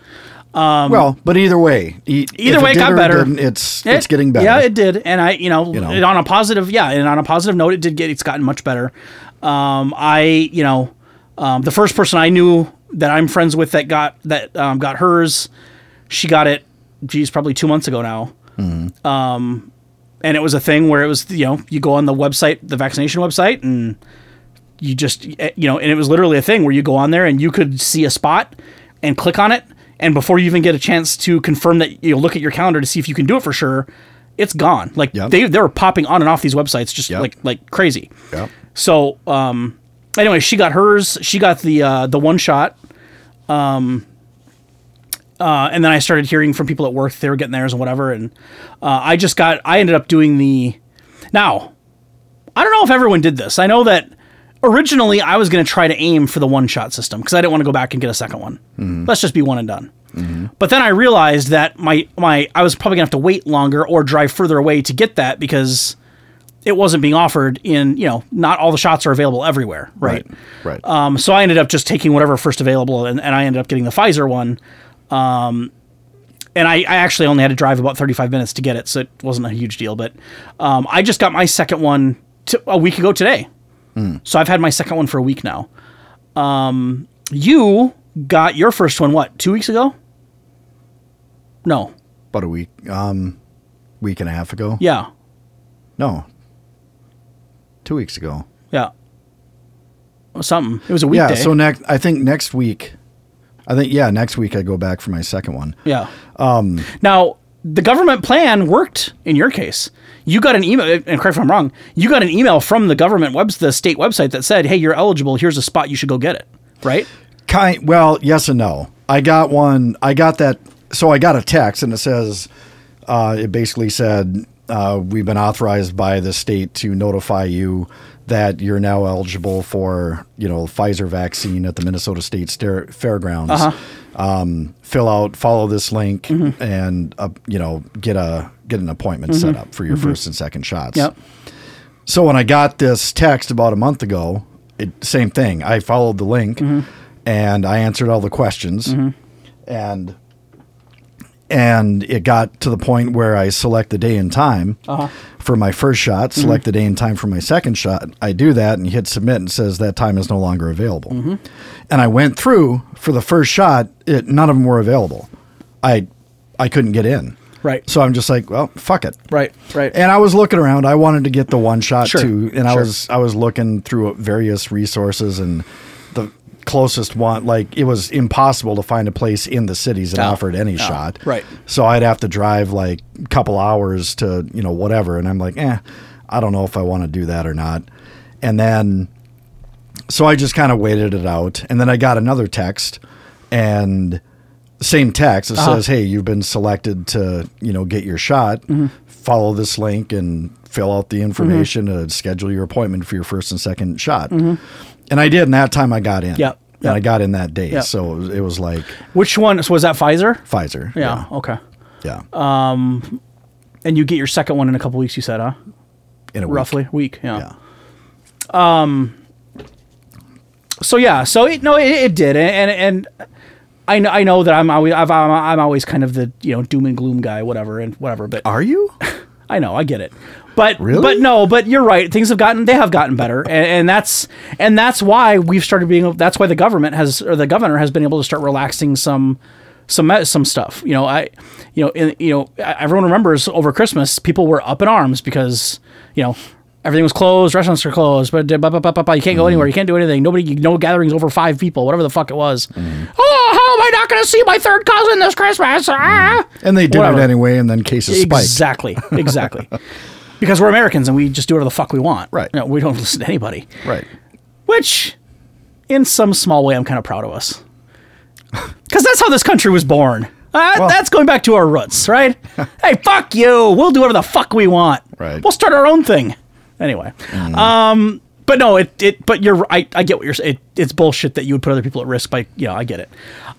B: well, but either way, e-
A: um, Either
B: if
A: way, it
B: did
A: got
B: or
A: better.
B: didn't, It's it's
A: It-
B: getting better.
A: Yeah, it did, and I, you know,
B: know.
A: and on a positive, yeah, and on a positive note, it did get. It's gotten much better. Um, I, you know, um, the first person I knew that I'm friends with that got that um, got hers, she got it. Geez, probably two months ago now. Um, and it was a thing where it was, you know, you go on the website, the vaccination website, and you just eh, you know and it was literally a thing where you go on there and you could see a spot and click on it and before you even get a chance to confirm that you know, look at your calendar to see if you can do it for sure it's gone like
B: Yep.
A: they they were popping on and off these websites just
B: Yep.
A: like like crazy
B: Yep.
A: so um anyway she got hers she got the uh the one shot um uh, and then I started hearing from people at work they were getting theirs and whatever and uh, I just got I ended up doing the now I don't know if everyone did this. I know that originally I was going to try to aim for the one shot system because I didn't want to go back and get a second one. Let's just be one and done. But then I realized that my my I was probably going to have to wait longer or drive further away to get that because it wasn't being offered in you know not all the shots are available everywhere, right?
B: Right. Right.
A: Um, so I ended up just taking whatever first available, and, and I ended up getting the Pfizer one. Um, and I, I actually only had to drive about 35 minutes to get it, so it wasn't a huge deal. But um, I just got my second one t- a week ago today.
B: Hmm.
A: So I've had my second one for a week now. Um, you got your first one, what, two weeks ago? No.
B: About a week, um, week and a half ago.
A: Yeah.
B: No. Two weeks ago.
A: Yeah. Or something. It was a
B: Yeah.
A: weekday.
B: So next, I think next week, I think yeah, next week I go back for my second one.
A: Yeah. Um, now, the government plan worked in your case. You got an email, and correct if I'm wrong, you got an email from the government webs, the state website that said, hey, you're eligible. Here's a spot. You should go get it. Right?
B: Kind. Well, yes and no. I got one. I got that. So I got a text, and it says, uh, it basically said, uh, we've been authorized by the state to notify you that you're now eligible for, you know, Pfizer vaccine at the Minnesota State Stair- Fairgrounds. Um, fill out, follow this link, and uh, you know, get a get an appointment set up for your first and second shots.
A: Yep.
B: So when I got this text about a month ago, it, same thing. I followed the link
A: Mm-hmm.
B: and I answered all the questions and and it got to the point where I select the day and time
A: Uh-huh.
B: for my first shot,
A: Mm-hmm.
B: select the day and time for my second shot. I do that and hit submit and says that time is no longer available.
A: Mm-hmm.
B: And I went through for the first shot, it, none of them were available. I I couldn't get in.
A: Right.
B: So I'm just like, well, fuck it.
A: Right. Right.
B: And I was looking around. I wanted to get the one shot
A: Sure,
B: too, and I
A: sure.
B: was I was looking through various resources and the closest one like it was impossible to find a place in the cities that
A: No,
B: offered any
A: no,
B: shot.
A: right.
B: So I'd have to drive like a couple hours to, you know, whatever and I'm like, "Eh, I don't know if I want to do that or not." And then so I just kind of waited it out, and then I got another text, and same text. It
A: Uh-huh.
B: says, "Hey, you've been selected to you know get your shot.
A: Mm-hmm.
B: Follow this link and fill out the information to schedule your appointment for your first and second shot." And I did, and that time I got in.
A: Mm-hmm. Yep,
B: And I
A: yep.
B: got in that day,
A: Yep.
B: so it was, it was like
A: Which one? So was that Pfizer?
B: Pfizer.
A: Yeah. Uh, Okay.
B: yeah,
A: And you get your second one in a couple weeks, you said, huh?
B: in a week.
A: Roughly. Week. Yeah.
B: Yeah,
A: So yeah, so it no, it, it did, and and I know I know that I'm always I've, I'm, I'm always kind of the you know doom and gloom guy, whatever and whatever. But
B: are you?
A: I know, I get it. But
B: Really?
A: but no, but you're right. Things have gotten they have gotten better, and, and that's and that's why we've started being. That's why the government has or the governor has been able to start relaxing some some me- some stuff. You know, I you know in, you know I- everyone remembers over Christmas people were up in arms because you know. Everything was closed. Restaurants are closed. But but- but- but- but- but you can't go anywhere. You can't do anything. Nobody. you- No gatherings over five people. Whatever the fuck it was. Oh, how am I not going to see my third cousin this Christmas? Ah!
B: And they did
A: Whatever.
B: it anyway, and then cases spiked.
A: Exactly. Exactly. because we're Americans and we just do whatever the fuck we want.
B: Right.
A: No, we don't listen to anybody.
B: Right.
A: Which, in some small way, I'm kind of proud of us. Because that's how this country was born. Uh, that's going back to our roots, right? hey, fuck you. We'll do whatever the fuck we want.
B: Right.
A: We'll start our own thing. Anyway. Um, but no, it, it but you're I, I get what you're saying. It, it's bullshit that you would put other people at risk by, you know, I get it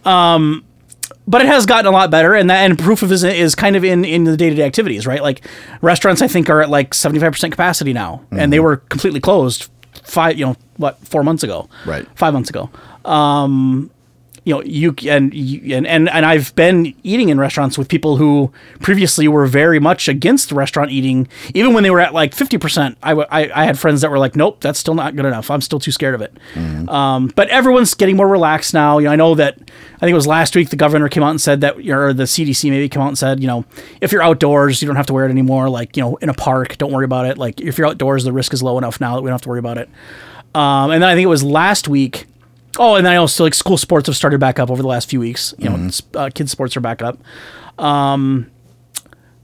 A: but it has gotten a lot better, and that and proof of is is kind of in in the day to day activities, right? Like restaurants, I think are at like seventy five percent capacity now, and they were completely closed five, you know, what four months ago,
B: Right.
A: Five months ago. Um, you know, you and you, and and and I've been eating in restaurants with people who previously were very much against restaurant eating, even when they were at like fifty percent. I, w- I I had friends that were like, nope, that's still not good enough. I'm still too scared of it. Um, but everyone's getting more relaxed now. You know, I know that I think it was last week the governor came out and said that, or the CDC maybe came out and said, you know, if you're outdoors, you don't have to wear it anymore. Like, you know, in a park, don't worry about it. Like, if you're outdoors, the risk is low enough now that we don't have to worry about it. Um, and then I think it was last week. Oh, and then I also like school sports have started back up over the last few weeks. You know, it's- uh, kids sports are back up. Um,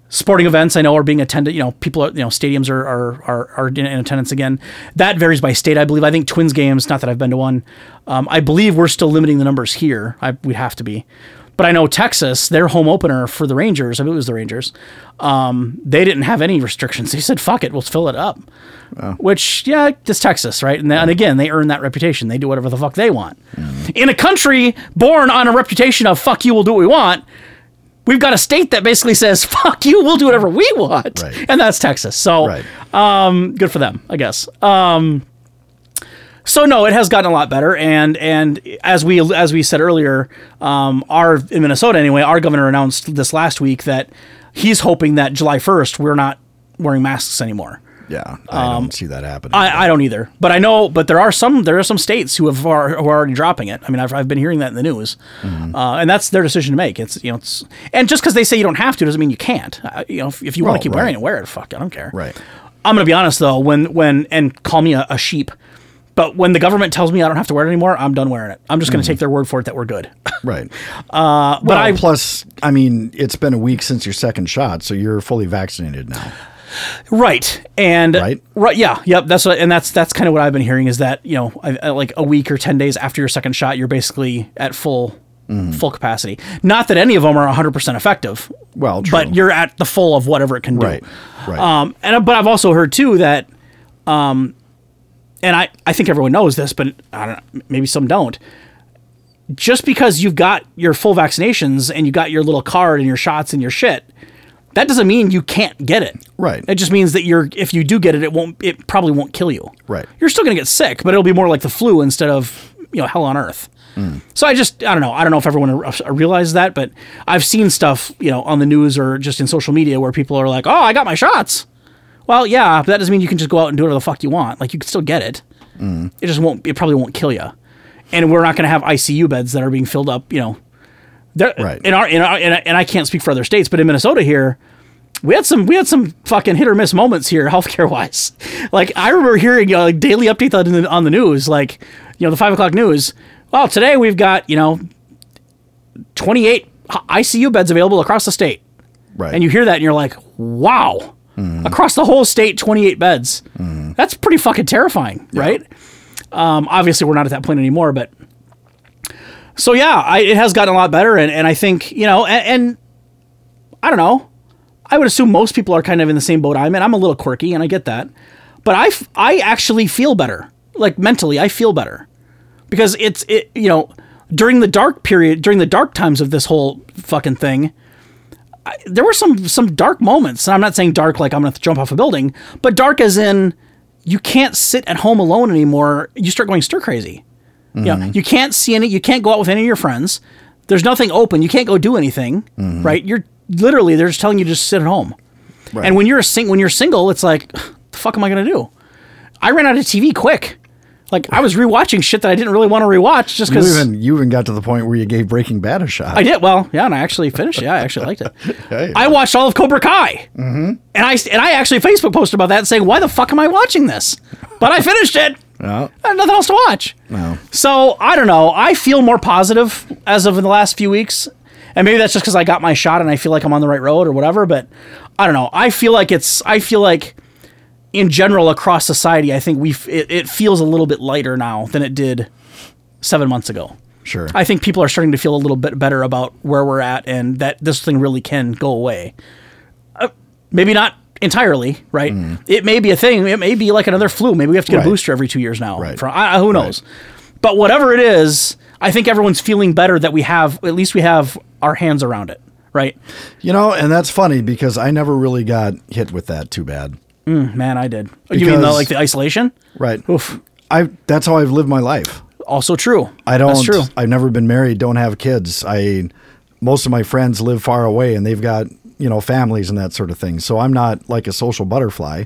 A: sporting events I know are being attended. You know, people are you know stadiums are are are, are in, in attendance again. That varies by state, I believe. I think Twins games. Not that I've been to one. Um, I believe we're still limiting the numbers here. I, we have to be. But I know Texas, their home opener for the Rangers, I believe it was the Rangers, um, they didn't have any restrictions. They said, fuck it, we'll fill it up which yeah it's texas right and, then, and again they earn that reputation they do whatever the fuck they want in a country born on a reputation of fuck you we'll do what we want we've got a state that basically says fuck you we'll do whatever we want
B: Right.
A: and that's texas so
B: Right.
A: good for them, I guess. Um, so no, it has gotten a lot better, and and as we as we said earlier, um, our in Minnesota anyway, our governor announced this last week that he's hoping that July first we're not wearing masks anymore.
B: Yeah. I don't see that happening.
A: Um, I, I don't either, but I know. But there are some there are some states who have are, who are already dropping it. I mean, I've, I've been hearing that in the news,
B: Mm-hmm.
A: uh, and that's their decision to make. It's you know, it's and just because they say you don't have to doesn't mean you can't. Uh, you know, if, if you want
B: Well,
A: to keep
B: right.
A: wearing it, wear it. Fuck, I don't care.
B: Right.
A: I'm gonna be honest though. When when and call me a, a sheep, but when the government tells me I don't have to wear it anymore, I'm done wearing it. I'm just gonna take their word for it that we're good.
B: right.
A: Uh, but
B: Mm-hmm. Well,
A: I
B: plus, I mean, it's been a week since your second shot, so you're fully vaccinated now.
A: Right. And
B: Right?
A: Yeah. Yep. That's what, and that's that's kind of what I've been hearing is that you know I, I- like a week or ten days after your second shot, you're basically at full
B: Mm.
A: full capacity. Not that any of them are 100 percent effective.
B: Well, true.
A: but you're at the full of whatever it can do.
B: Right. Right.
A: Um, and but I've also heard too that, um, and I I think everyone knows this, but I don't know, maybe some don't. Just because you've got your full vaccinations and you got your little card and your shots and your shit, that doesn't mean you can't get it.
B: Right.
A: It just means that you're if you do get it, it won't it probably won't kill you.
B: Right.
A: You're still gonna get sick, but it'll be more like the flu instead of you know hell on earth. So I just I don't know I don't know if everyone r- realized that, but I've seen stuff you know on the news or just in social media where people are like, oh, I got my shots. Well, yeah, but that doesn't mean you can just go out and do whatever the fuck you want. Like you can still get it. It just won't. It probably won't kill you. And we're not going to have ICU beds that are being filled up. You know, there,
B: Right.
A: in our in our in, and I can't speak for other states, but in Minnesota here, we had some we had some fucking hit or miss moments here healthcare wise. Like I remember hearing you know, like daily updates on the, on the news, like you know the five o'clock news. Well, today we've got you know twenty eight ICU beds available across the state
B: right.
A: and you hear that and you're like, wow, across the whole state, 28 beds. That's pretty fucking terrifying, right? Um, obviously, we're not at that point anymore, but so yeah, I, it has gotten a lot better, and, and I think you know, and, and I don't know, I would assume most people are kind of in the same boat I'm in. I'm a little quirky, and I get that, but I f- I actually feel better, like mentally, I feel better because it's it you know during the dark period during the dark times of this whole fucking thing there were some some dark moments. And I'm not saying dark like I'm going to jump off a building, but dark as in you can't sit at home alone anymore. You start going stir crazy. Yeah, you can't see any. You can't go out with any of your friends. There's nothing open. You can't go do anything. Right? You're literally they're just telling you to just sit at home.
B: Right.
A: And when you're a sing when you're single, it's like, the fuck am I going to do? I ran out of TV quick. Like I was rewatching shit that I didn't really want to rewatch just
B: you
A: because
B: even you even got to the point where you gave Breaking Bad a shot.
A: I did well, yeah, and I actually finished. it. Yeah, I actually liked it.
B: Hey.
A: I watched all of Cobra Kai, mm-hmm. and I and I actually Facebook posted about that, saying, "Why the fuck am I watching this?" But I finished it.
B: Yeah.
A: I had nothing else to watch.
B: No.
A: So I don't know. I feel more positive as of in the last few weeks, and maybe that's just because I got my shot and I feel like I'm on the right road or whatever. But I don't know. I feel like it's. I feel like in general across society, I think we f- it, it feels a little bit lighter now than it did seven months ago.
B: Sure.
A: I think people are starting to feel a little bit better about where we're at and that this thing really can go away. Uh, maybe not entirely, right? It may be a thing. It may be like another flu. Maybe we have to get
B: Mm-hmm. Right.
A: a booster every two years now.
B: Right.
A: For- I, I- who knows? But whatever it is, I think everyone's feeling better that we have, at least we have our hands around it, right?
B: You know, and that's funny because I never really got hit with that too bad.
A: Man, I did. you mean the,
B: Because-
A: like the isolation?
B: Right.
A: Oof.
B: I that's how I've lived my life.
A: Also true.
B: I don't
A: That's true.
B: I've never been married, don't have kids. I most of my friends live far away and they've got, you know, families and that sort of thing. So I'm not like a social butterfly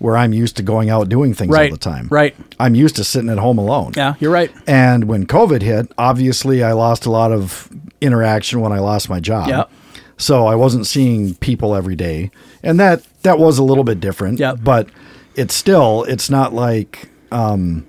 B: where I'm used to going out doing things
A: Right,
B: all the time.
A: right.
B: I'm used to sitting at home alone.
A: Yeah, you're right.
B: And when COVID hit, obviously I lost a lot of interaction when I lost my job.
A: Yep.
B: So I wasn't seeing people every day. And that that was a little bit different.
A: Yep.
B: But it's still it's not like um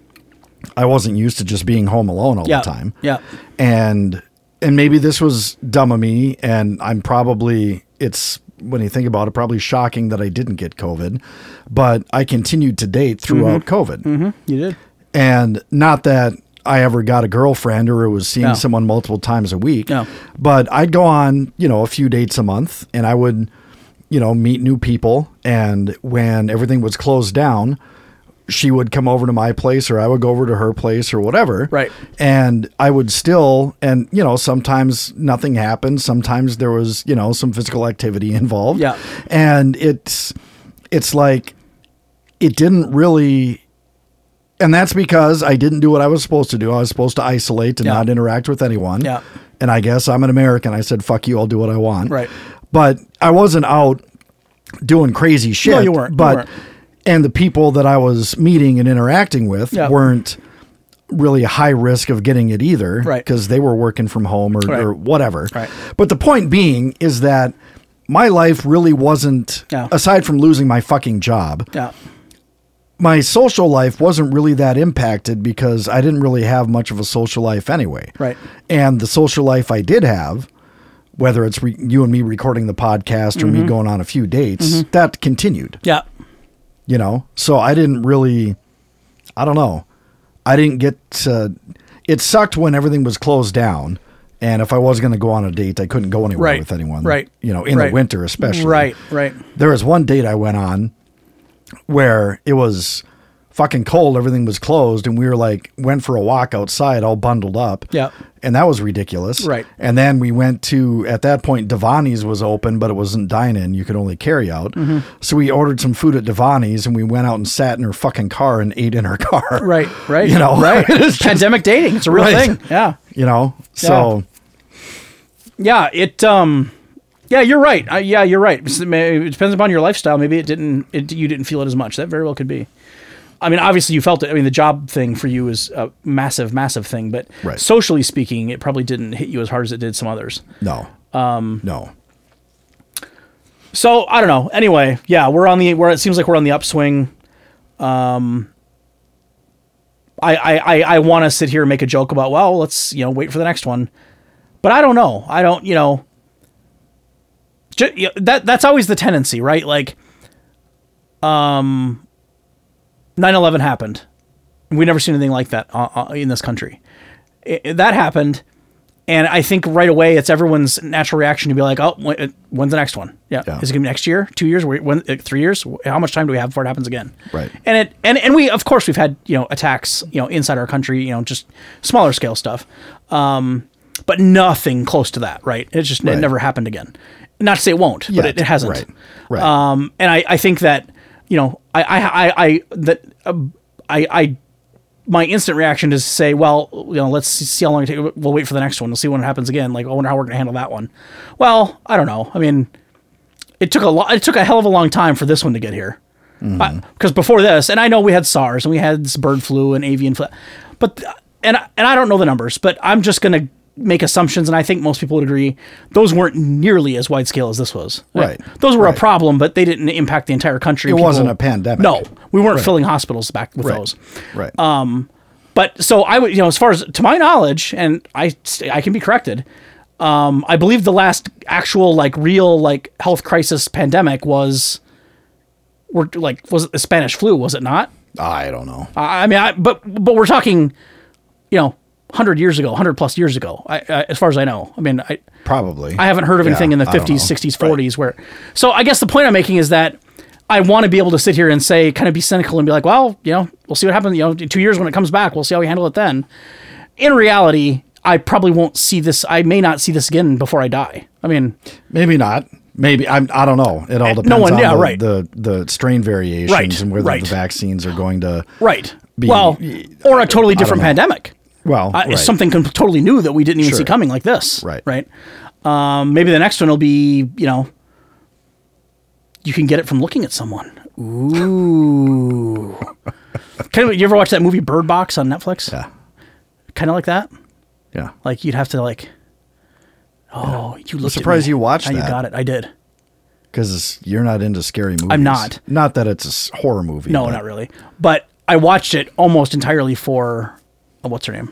B: I wasn't used to just being home alone all
A: Yeah.
B: the time.
A: Yeah.
B: And and maybe this was dumb of me and I'm probably it's when you think about it, probably shocking that I didn't get COVID, but I continued to date throughout
A: Mm-hmm.
B: COVID.
A: You did.
B: And not that I ever got a girlfriend or was seeing
A: No.
B: someone multiple times a week,
A: No.
B: but I'd go on, you know, a few dates a month and I would, you know, meet new people. And when everything was closed down, she would come over to my place or I would go over to her place or whatever.
A: Right.
B: And I would still, and, you know, sometimes nothing happened. Sometimes there was, you know, some physical activity involved.
A: Yeah.
B: And it's, it's like, it didn't really and that's because I didn't do what I was supposed to do. I was supposed to isolate and
A: Yeah.
B: not interact with anyone.
A: Yeah.
B: And I guess I'm an American. I said, fuck you, I'll do what I want.
A: Right.
B: But I wasn't out doing crazy shit.
A: you weren't. You
B: But
A: weren't.
B: and the people that I was meeting and interacting with
A: Yeah.
B: weren't really high risk of getting it either.
A: Right.
B: Because they were working from home or,
A: Right.
B: or whatever.
A: Right.
B: But the point being is that my life really wasn't
A: Yeah.
B: aside from losing my fucking job
A: Yeah.
B: my social life wasn't really that impacted because I didn't really have much of a social life anyway.
A: Right.
B: And the social life I did have, whether it's re- you and me recording the podcast or
A: Mm-hmm.
B: me going on a few dates, that continued,
A: Yeah.
B: you know? So I didn't really, I don't know. I didn't get to, it sucked when everything was closed down. And if I was going to go on a date, I couldn't go anywhere
A: Right.
B: with anyone.
A: Right.
B: You know, in
A: Right.
B: the winter, especially
A: Right. Right.
B: there was one date I went on where it was fucking cold, everything was closed, and we were like went for a walk outside, all bundled up.
A: Yeah.
B: and that was ridiculous.
A: Right.
B: And then we went to at that point Devani's was open, but it wasn't dine in; you could only carry out.
A: Mm-hmm.
B: So we ordered some food at Devani's, and we went out and sat in her fucking car and ate in her car.
A: Right. Right.
B: You know.
A: Right.
B: It's just-
A: Pandemic dating. It's a real
B: Right.
A: thing. Yeah.
B: You know. So
A: Yeah. It. Um. Yeah, you're right. Uh, yeah, you're right. It's- It may- it depends upon your lifestyle. Maybe it didn't. It, you didn't feel it as much. That very well could be. I mean, obviously you felt it. I mean, the job thing for you is a massive, massive thing. But
B: Right.
A: socially speaking, it probably didn't hit you as hard as it did some others.
B: no. Um. No.
A: So I don't know. Anyway, yeah, we're on the where it seems like we're on the upswing. Um, I I I, I want to sit here and make a joke about well, let's you know wait for the next one, but I don't know. I don't you know. Ju- yeah, that that's always the tendency, right? Like, um, 9-11 happened. We never seen anything like that uh, uh, in this country. I I- that happened. And I think right away, it's everyone's natural reaction to be like, "Oh, when, when's the next one? Yeah,
B: Yeah.
A: is it gonna be next year? Two years? Wh- When? uh, Three years? Wh- How much time do we have before it happens again?"
B: Right.
A: And it and and we of course we've had you know attacks you know inside our country you know just smaller scale stuff, um, but nothing close to that. Right. It just it
B: Right.
A: never happened again. Not to say it won't, but
B: Yet.
A: it, it hasn't.
B: Right. Right.
A: Um, and I, I think that you know I I I, I that uh, I I my instant reaction is to say, well, you know, let's see how long it takes. We'll wait for the next one. We'll see when it happens again. Like, I wonder how we're going to handle that one. Well, I don't know. I mean, it took a lot. It took a hell of a long time for this one to get here.
B: Mm-hmm.
A: Because before this, and I know we had SARS and we had s- bird flu and avian flu, but th- and I- and I don't know the numbers, but I'm just going to make assumptions, and I think most people would agree those weren't nearly as wide scale as this was.
B: Right.
A: Those were a
B: Right.
A: problem, but they didn't impact the entire country.
B: It wasn't a pandemic.
A: No, we weren't filling hospitals back with
B: Right.
A: those.
B: Right.
A: um, But so I would, you know, as far as to my knowledge, and I I can be corrected. Um, I believe the last actual like real like health crisis pandemic was, were like was it the Spanish flu? Was it not?
B: I don't know.
A: I I mean, I, but but we're talking, you know, hundred years ago, hundred plus years ago. I, I, as far as I know, I mean, I
B: Probably.
A: I haven't heard of
B: Yeah,
A: anything in the
B: I don't know.
A: 50s, 60s, 40s where. So I guess the point I'm making is that I want to be able to sit here and say, kind of be cynical and be like, well, you know, we'll see what happens. You know, in two years when it comes back, we'll see how we handle it then. In reality, I probably won't see this. I may not see this again before I die. I mean,
B: Maybe not. Maybe I'm. I don't know. It all depends
A: Eh, one-
B: on
A: yeah,
B: the,
A: right.
B: the the strain variations
A: Right,
B: and whether
A: right.
B: the vaccines are going to.
A: right?
B: Be-
A: well, or a totally different
B: know.
A: pandemic.
B: Well,
A: Uh,
B: right.
A: It's something com- totally new that we didn't even see
B: Sure.
A: coming, like this.
B: Right.
A: Right. Um, maybe the next one will be, you know, you can get it from looking at someone. Ooh. kind of. You ever watch that movie Bird Box on Netflix?
B: Yeah.
A: Kind of like that.
B: Yeah.
A: Like you'd have to like. Oh, you looked.
B: surprised
A: at me.
B: you watched
A: Now you
B: that.
A: got it. I did.
B: Because you're not into scary movies.
A: not.
B: Not that it's a s- horror movie.
A: No,
B: but-
A: not really. But I watched it almost entirely for uh, what's her name,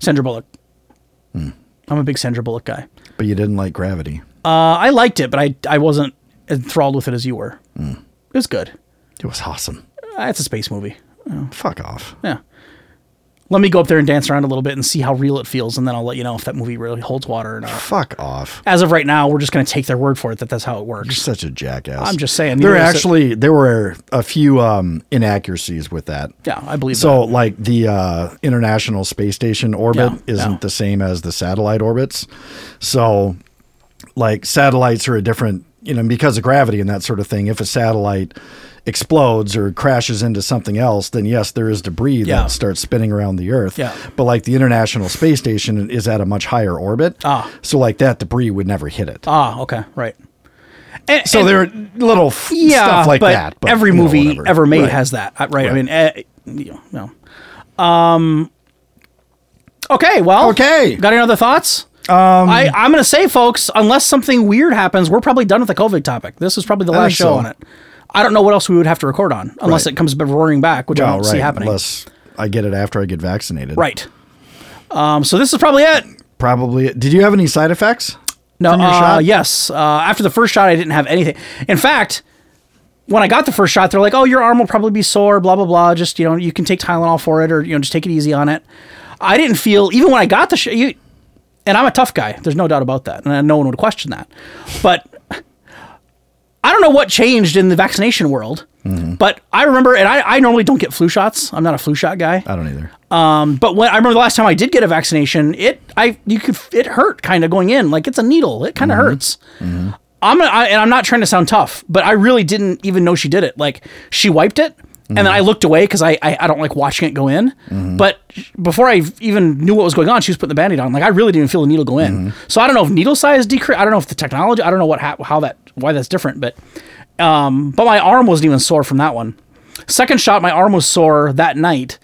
A: Sandra Bullock.
B: Hmm.
A: I'm a big Sandra Bullock guy.
B: But you didn't like Gravity.
A: Uh, I liked it, but I I wasn't enthralled with it as you were. It was good.
B: It was awesome.
A: Uh, it's a space movie.
B: Fuck off.
A: Yeah. Let me go up there and dance around a little bit and see how real it feels, and then I'll let you know if that movie really holds water or not.
B: Fuck off.
A: As of right now, we're just going to take their word for it that that's how
B: You're
A: it works.
B: such a jackass.
A: I'm just saying,
B: There
A: you know, so-
B: actually there were a few um, inaccuracies with that.
A: Yeah, I believe
B: So,
A: that.
B: like the uh, International Space Station orbit
A: Yeah,
B: isn't
A: yeah.
B: the same as the satellite orbits. So, like satellites are a different, you know, because of gravity and that sort of thing. If a satellite explodes or crashes into something else, then yes, there is debris
A: Yeah.
B: that starts spinning around the Earth.
A: Yeah.
B: But like the International Space Station is at a much higher orbit.
A: Ah.
B: So, like that debris would never hit it.
A: Ah, okay, right. And,
B: so
A: and-
B: there are little f-
A: yeah,
B: stuff like
A: but
B: that. but,
A: every
B: you know,
A: movie
B: whatever.
A: ever made
B: Right.
A: has that, uh, right? I
B: Right.
A: mean, uh, you know, no. Um. Okay, well,
B: Okay.
A: Got any other thoughts? Um, I, I'm gonna say, folks, unless something weird happens, we're probably done with the COVID topic. This is probably the last
B: think
A: show
B: so.
A: on it. I don't know what else we would have to record on, unless
B: Right.
A: it comes roaring back, which I
B: Oh,
A: don't see
B: right,
A: happening.
B: Unless I get it after I get vaccinated.
A: Right. Um. So this is probably it.
B: Probably. Did you have any side effects?
A: No,
B: from your
A: uh,
B: shot?
A: yes. Uh, after the first shot, I didn't have anything. In fact, when I got the first shot, they're like, "Oh, your arm will probably be sore, blah blah blah. Just you know, you can take Tylenol for it, or you know, just take it easy on it." I didn't feel even when I got the shot. You, and I'm a tough guy. There's no doubt about that, and no one would question that. But I don't know what changed in the vaccination world.
B: Mm-hmm.
A: But I remember, and I, I normally don't get flu shots. I'm not a flu shot guy.
B: I don't either.
A: Uh, But when I remember the last time I did get a vaccination, it I you could it hurt kind of going in like it's a needle. It kind of hurts. I'm gonna, I, and I'm not trying to sound tough, but I really didn't even know she did it. Like she wiped it, and then I looked away because I, I I don't like watching it go in. But before I even knew what was going on, she was putting the band-aid on. Like I really didn't even feel the needle go in. So I don't know if needle size decreased. I don't know if the technology. I don't know what hap- how that why that's different. But um, but my arm wasn't even sore from that one. Second shot, my arm was sore that night,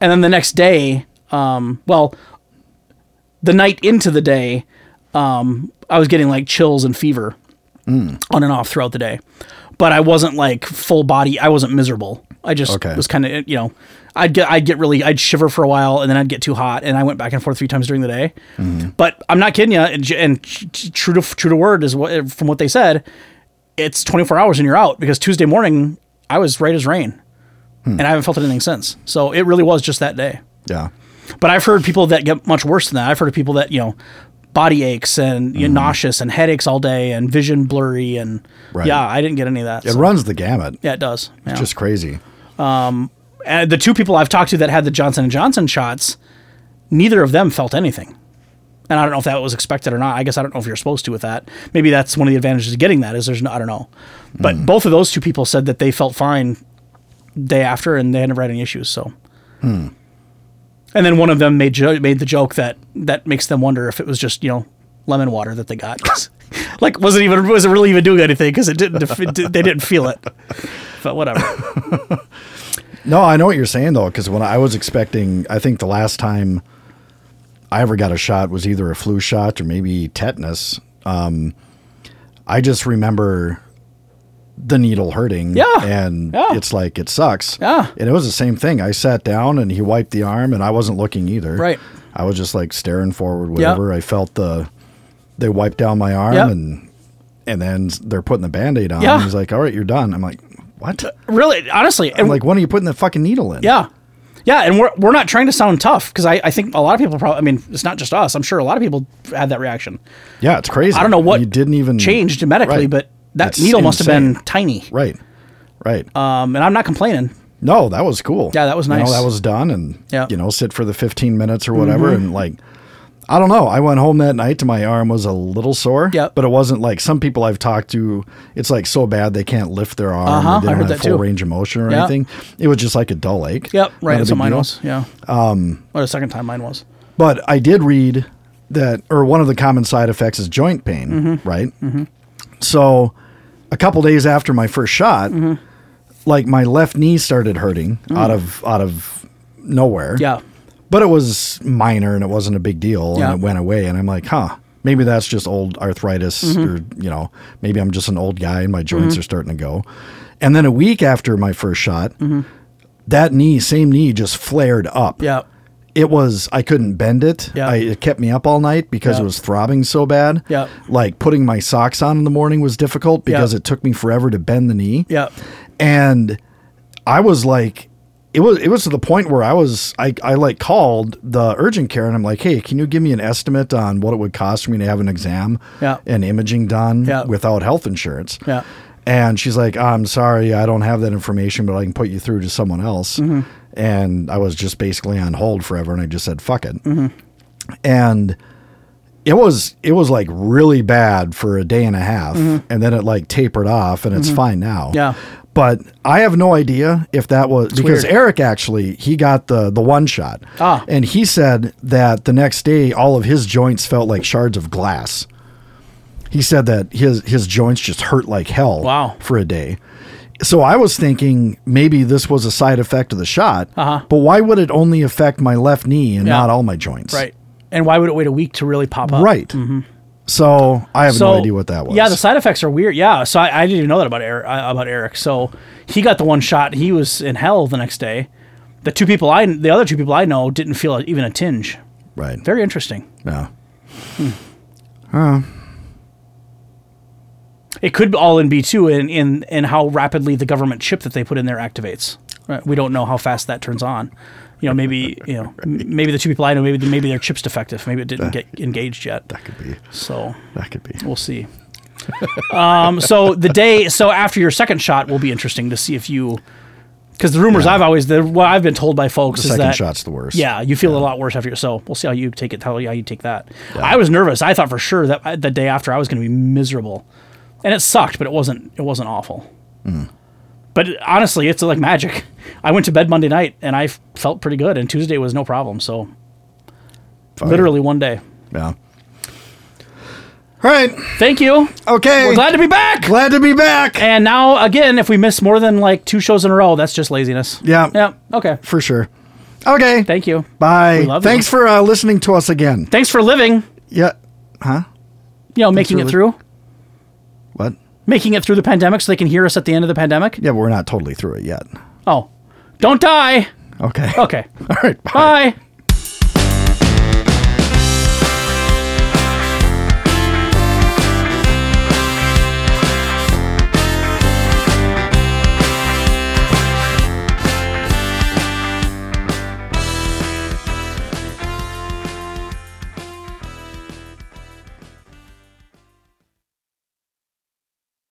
A: and then the next day, um, well, the night into the day, um, I was getting like chills and fever on and off throughout the day, but I wasn't like full body. I wasn't miserable. I just
B: Okay.
A: was kind of you know, I'd get I'd get really I'd shiver for a while and then I'd get too hot and I went back and forth three times during the day. But I'm not kidding you. And, j- and t- t- true to true to word is what from what they said, it's 24 hours and you're out because Tuesday morning I was right as rain, and I haven't felt anything since. So it really was just that day.
B: Yeah.
A: But I've heard people that get much worse than that. I've heard of people that, you know, body aches and you know, nauseous and headaches all day and vision blurry and
B: Right.
A: yeah, I didn't get any of that.
B: It
A: so-
B: runs the gamut.
A: yeah, it does. Yeah.
B: Just crazy.
A: and Uh, the two people I've talked to that had the Johnson and Johnson shots, neither of them felt anything. And I don't know if that was expected or not. I guess I don't know if you're supposed to with that. Maybe that's one of the advantages of getting that is there's no, I don't know. But both of those two people said that they felt fine day after and they had never had any issues. So, and then one of them made jo- made the joke that that makes them wonder if it was just you know lemon water that they got. 'Cause, like wasn't even wasn't really even doing anything because it didn't it did- they didn't feel it. But whatever.
B: No, I know what you're saying though, because when I was expecting, I think the last time I ever got a shot was either a flu shot or maybe tetanus. Um, I just remember the needle hurting.
A: Yeah.
B: And
A: Yeah.
B: it's like, it sucks.
A: Yeah.
B: And it was the same thing. I sat down and he wiped the arm and I wasn't looking either.
A: Right.
B: I was just like staring forward, whatever. I felt the, they wiped down my arm
A: Yep.
B: and, and then they're putting the band aid on.
A: Yeah.
B: And he's like, all right, you're done. I'm like, what?
A: Really, honestly,
B: I'm
A: and
B: like, when are you putting the fucking needle in?
A: Yeah. Yeah, and we're, we're not trying to sound tough because I, I think a lot of people probably, I mean, it's not just us. I'm sure a lot of people had that reaction.
B: Yeah, it's crazy.
A: I don't know what
B: you didn't even
A: changed medically,
B: Mm. Right.
A: but that
B: It's
A: needle must have been
B: insane.
A: tiny.
B: right, right.
A: Um, and I'm not complaining.
B: no, that was cool.
A: Yeah, that was
B: You know,
A: nice.
B: that was done, and
A: Yeah. Mm-hmm.
B: you know, sit for the fifteen minutes or whatever, and like I don't know. I went home that night and my arm was a little sore.
A: Yep.
B: But it wasn't like some people I've talked to, it's like so bad they can't lift their arm.
A: Uh-huh,
B: They
A: I
B: don't
A: heard
B: have
A: that
B: full
A: too.
B: range of motion or
A: Yeah.
B: anything. It was just like a dull ache.
A: Yep,
B: Not
A: right.
B: a
A: That's what
B: big
A: mine
B: deal.
A: was. Yeah. Um, what a second time mine was.
B: But I did read that, or one of the common side effects is joint pain,
A: Mm-hmm.
B: right? So, a couple days after my first shot,
A: Mm-hmm.
B: like my left knee started hurting out of out of nowhere.
A: Mm. Yeah.
B: but it was minor and it wasn't a big deal,
A: Yeah.
B: and it went away. And I'm like, huh, maybe that's just old arthritis,
A: Mm-hmm.
B: or you know, maybe I'm just an old guy and my joints are starting to go. And then a week after my first shot, that knee, same knee, just flared up
A: Mm-hmm. Yeah.
B: it was I couldn't bend it.
A: Yeah.
B: I, it kept me up all night because
A: Yeah.
B: it was throbbing so bad.
A: Yeah.
B: Like putting my socks on in the morning was difficult because
A: Yeah.
B: it took me forever to bend the knee.
A: Yeah.
B: And I was like it was it was to the point where I was I, I like called the urgent care and I'm like, hey, can you give me an estimate on what it would cost for me to have an exam
A: Yeah.
B: and imaging done
A: Yeah.
B: without health insurance?
A: Yeah.
B: And she's like, I'm sorry, I don't have that information, but I can put you through to someone else.
A: Mm-hmm.
B: And I was just basically on hold forever, and I just said, fuck it.
A: Mm-hmm.
B: And it was it was like really bad for a day and a half, and then it like tapered off, and it's fine now.
A: Mm-hmm. Yeah.
B: But I have no idea if that was because
A: weird.
B: Eric actually he got the the one shot,
A: Ah.
B: and he said that the next day all of his joints felt like shards of glass. He said that his his joints just hurt like hell
A: Wow.
B: for a day. So I was thinking maybe this was a side effect of the shot,
A: Uh-huh.
B: but why would it only affect my left knee and
A: Yeah.
B: not all my joints? Uh,
A: Right. And why would it wait a week to really pop up?
B: Right. So I have no idea what that was.
A: Yeah, the side effects are weird. Yeah, so I, I didn't even know that about Eric, uh, about Eric. So he got the one shot. He was in hell the next day. The two people I, the other two people I know, didn't feel even a tinge.
B: right.
A: Very interesting.
B: Yeah.
A: It could all in B two in in in how rapidly the government chip that they put in there activates. Right? We don't know how fast that turns on. You know, maybe you know, m maybe the two people I know, maybe maybe their chip's defective. Maybe it didn't get engaged yet.
B: That could be.
A: So
B: That could be.
A: We'll see. um, so the day, so after your second shot will be interesting to see if you, because the rumors I've always, the, what I've been told by folks
B: The
A: is
B: second
A: that
B: shot's the worst.
A: yeah, you feel a lot worse after. your- So we'll see how you take it. How, how you take that. I was nervous. I thought for sure that I- the day after I was going to be miserable, and it sucked, but it wasn't. It wasn't awful.
B: Hmm.
A: But honestly, it's like magic. I went to bed Monday night and I f- felt pretty good, and Tuesday was no problem. So
B: Fuck it.
A: literally one day.
B: Yeah. All right.
A: Thank you.
B: Okay.
A: We're glad to be back.
B: Glad to be back.
A: And now again, if we miss more than like two shows in a row, that's just laziness.
B: Yeah.
A: Yeah. Okay.
B: for sure. Okay.
A: Thank you.
B: Bye.
A: We love
B: Thanks
A: you.
B: for uh, listening to us again.
A: Thanks for living.
B: Yeah. Huh?
A: You know, making
B: for
A: it
B: li-
A: through,
B: What?
A: making it through the pandemic, so they can hear us at the end of the pandemic.
B: Yeah, but we're not totally through it yet.
A: Oh, don't die.
B: Okay.
A: Okay.
B: All right.
A: Bye.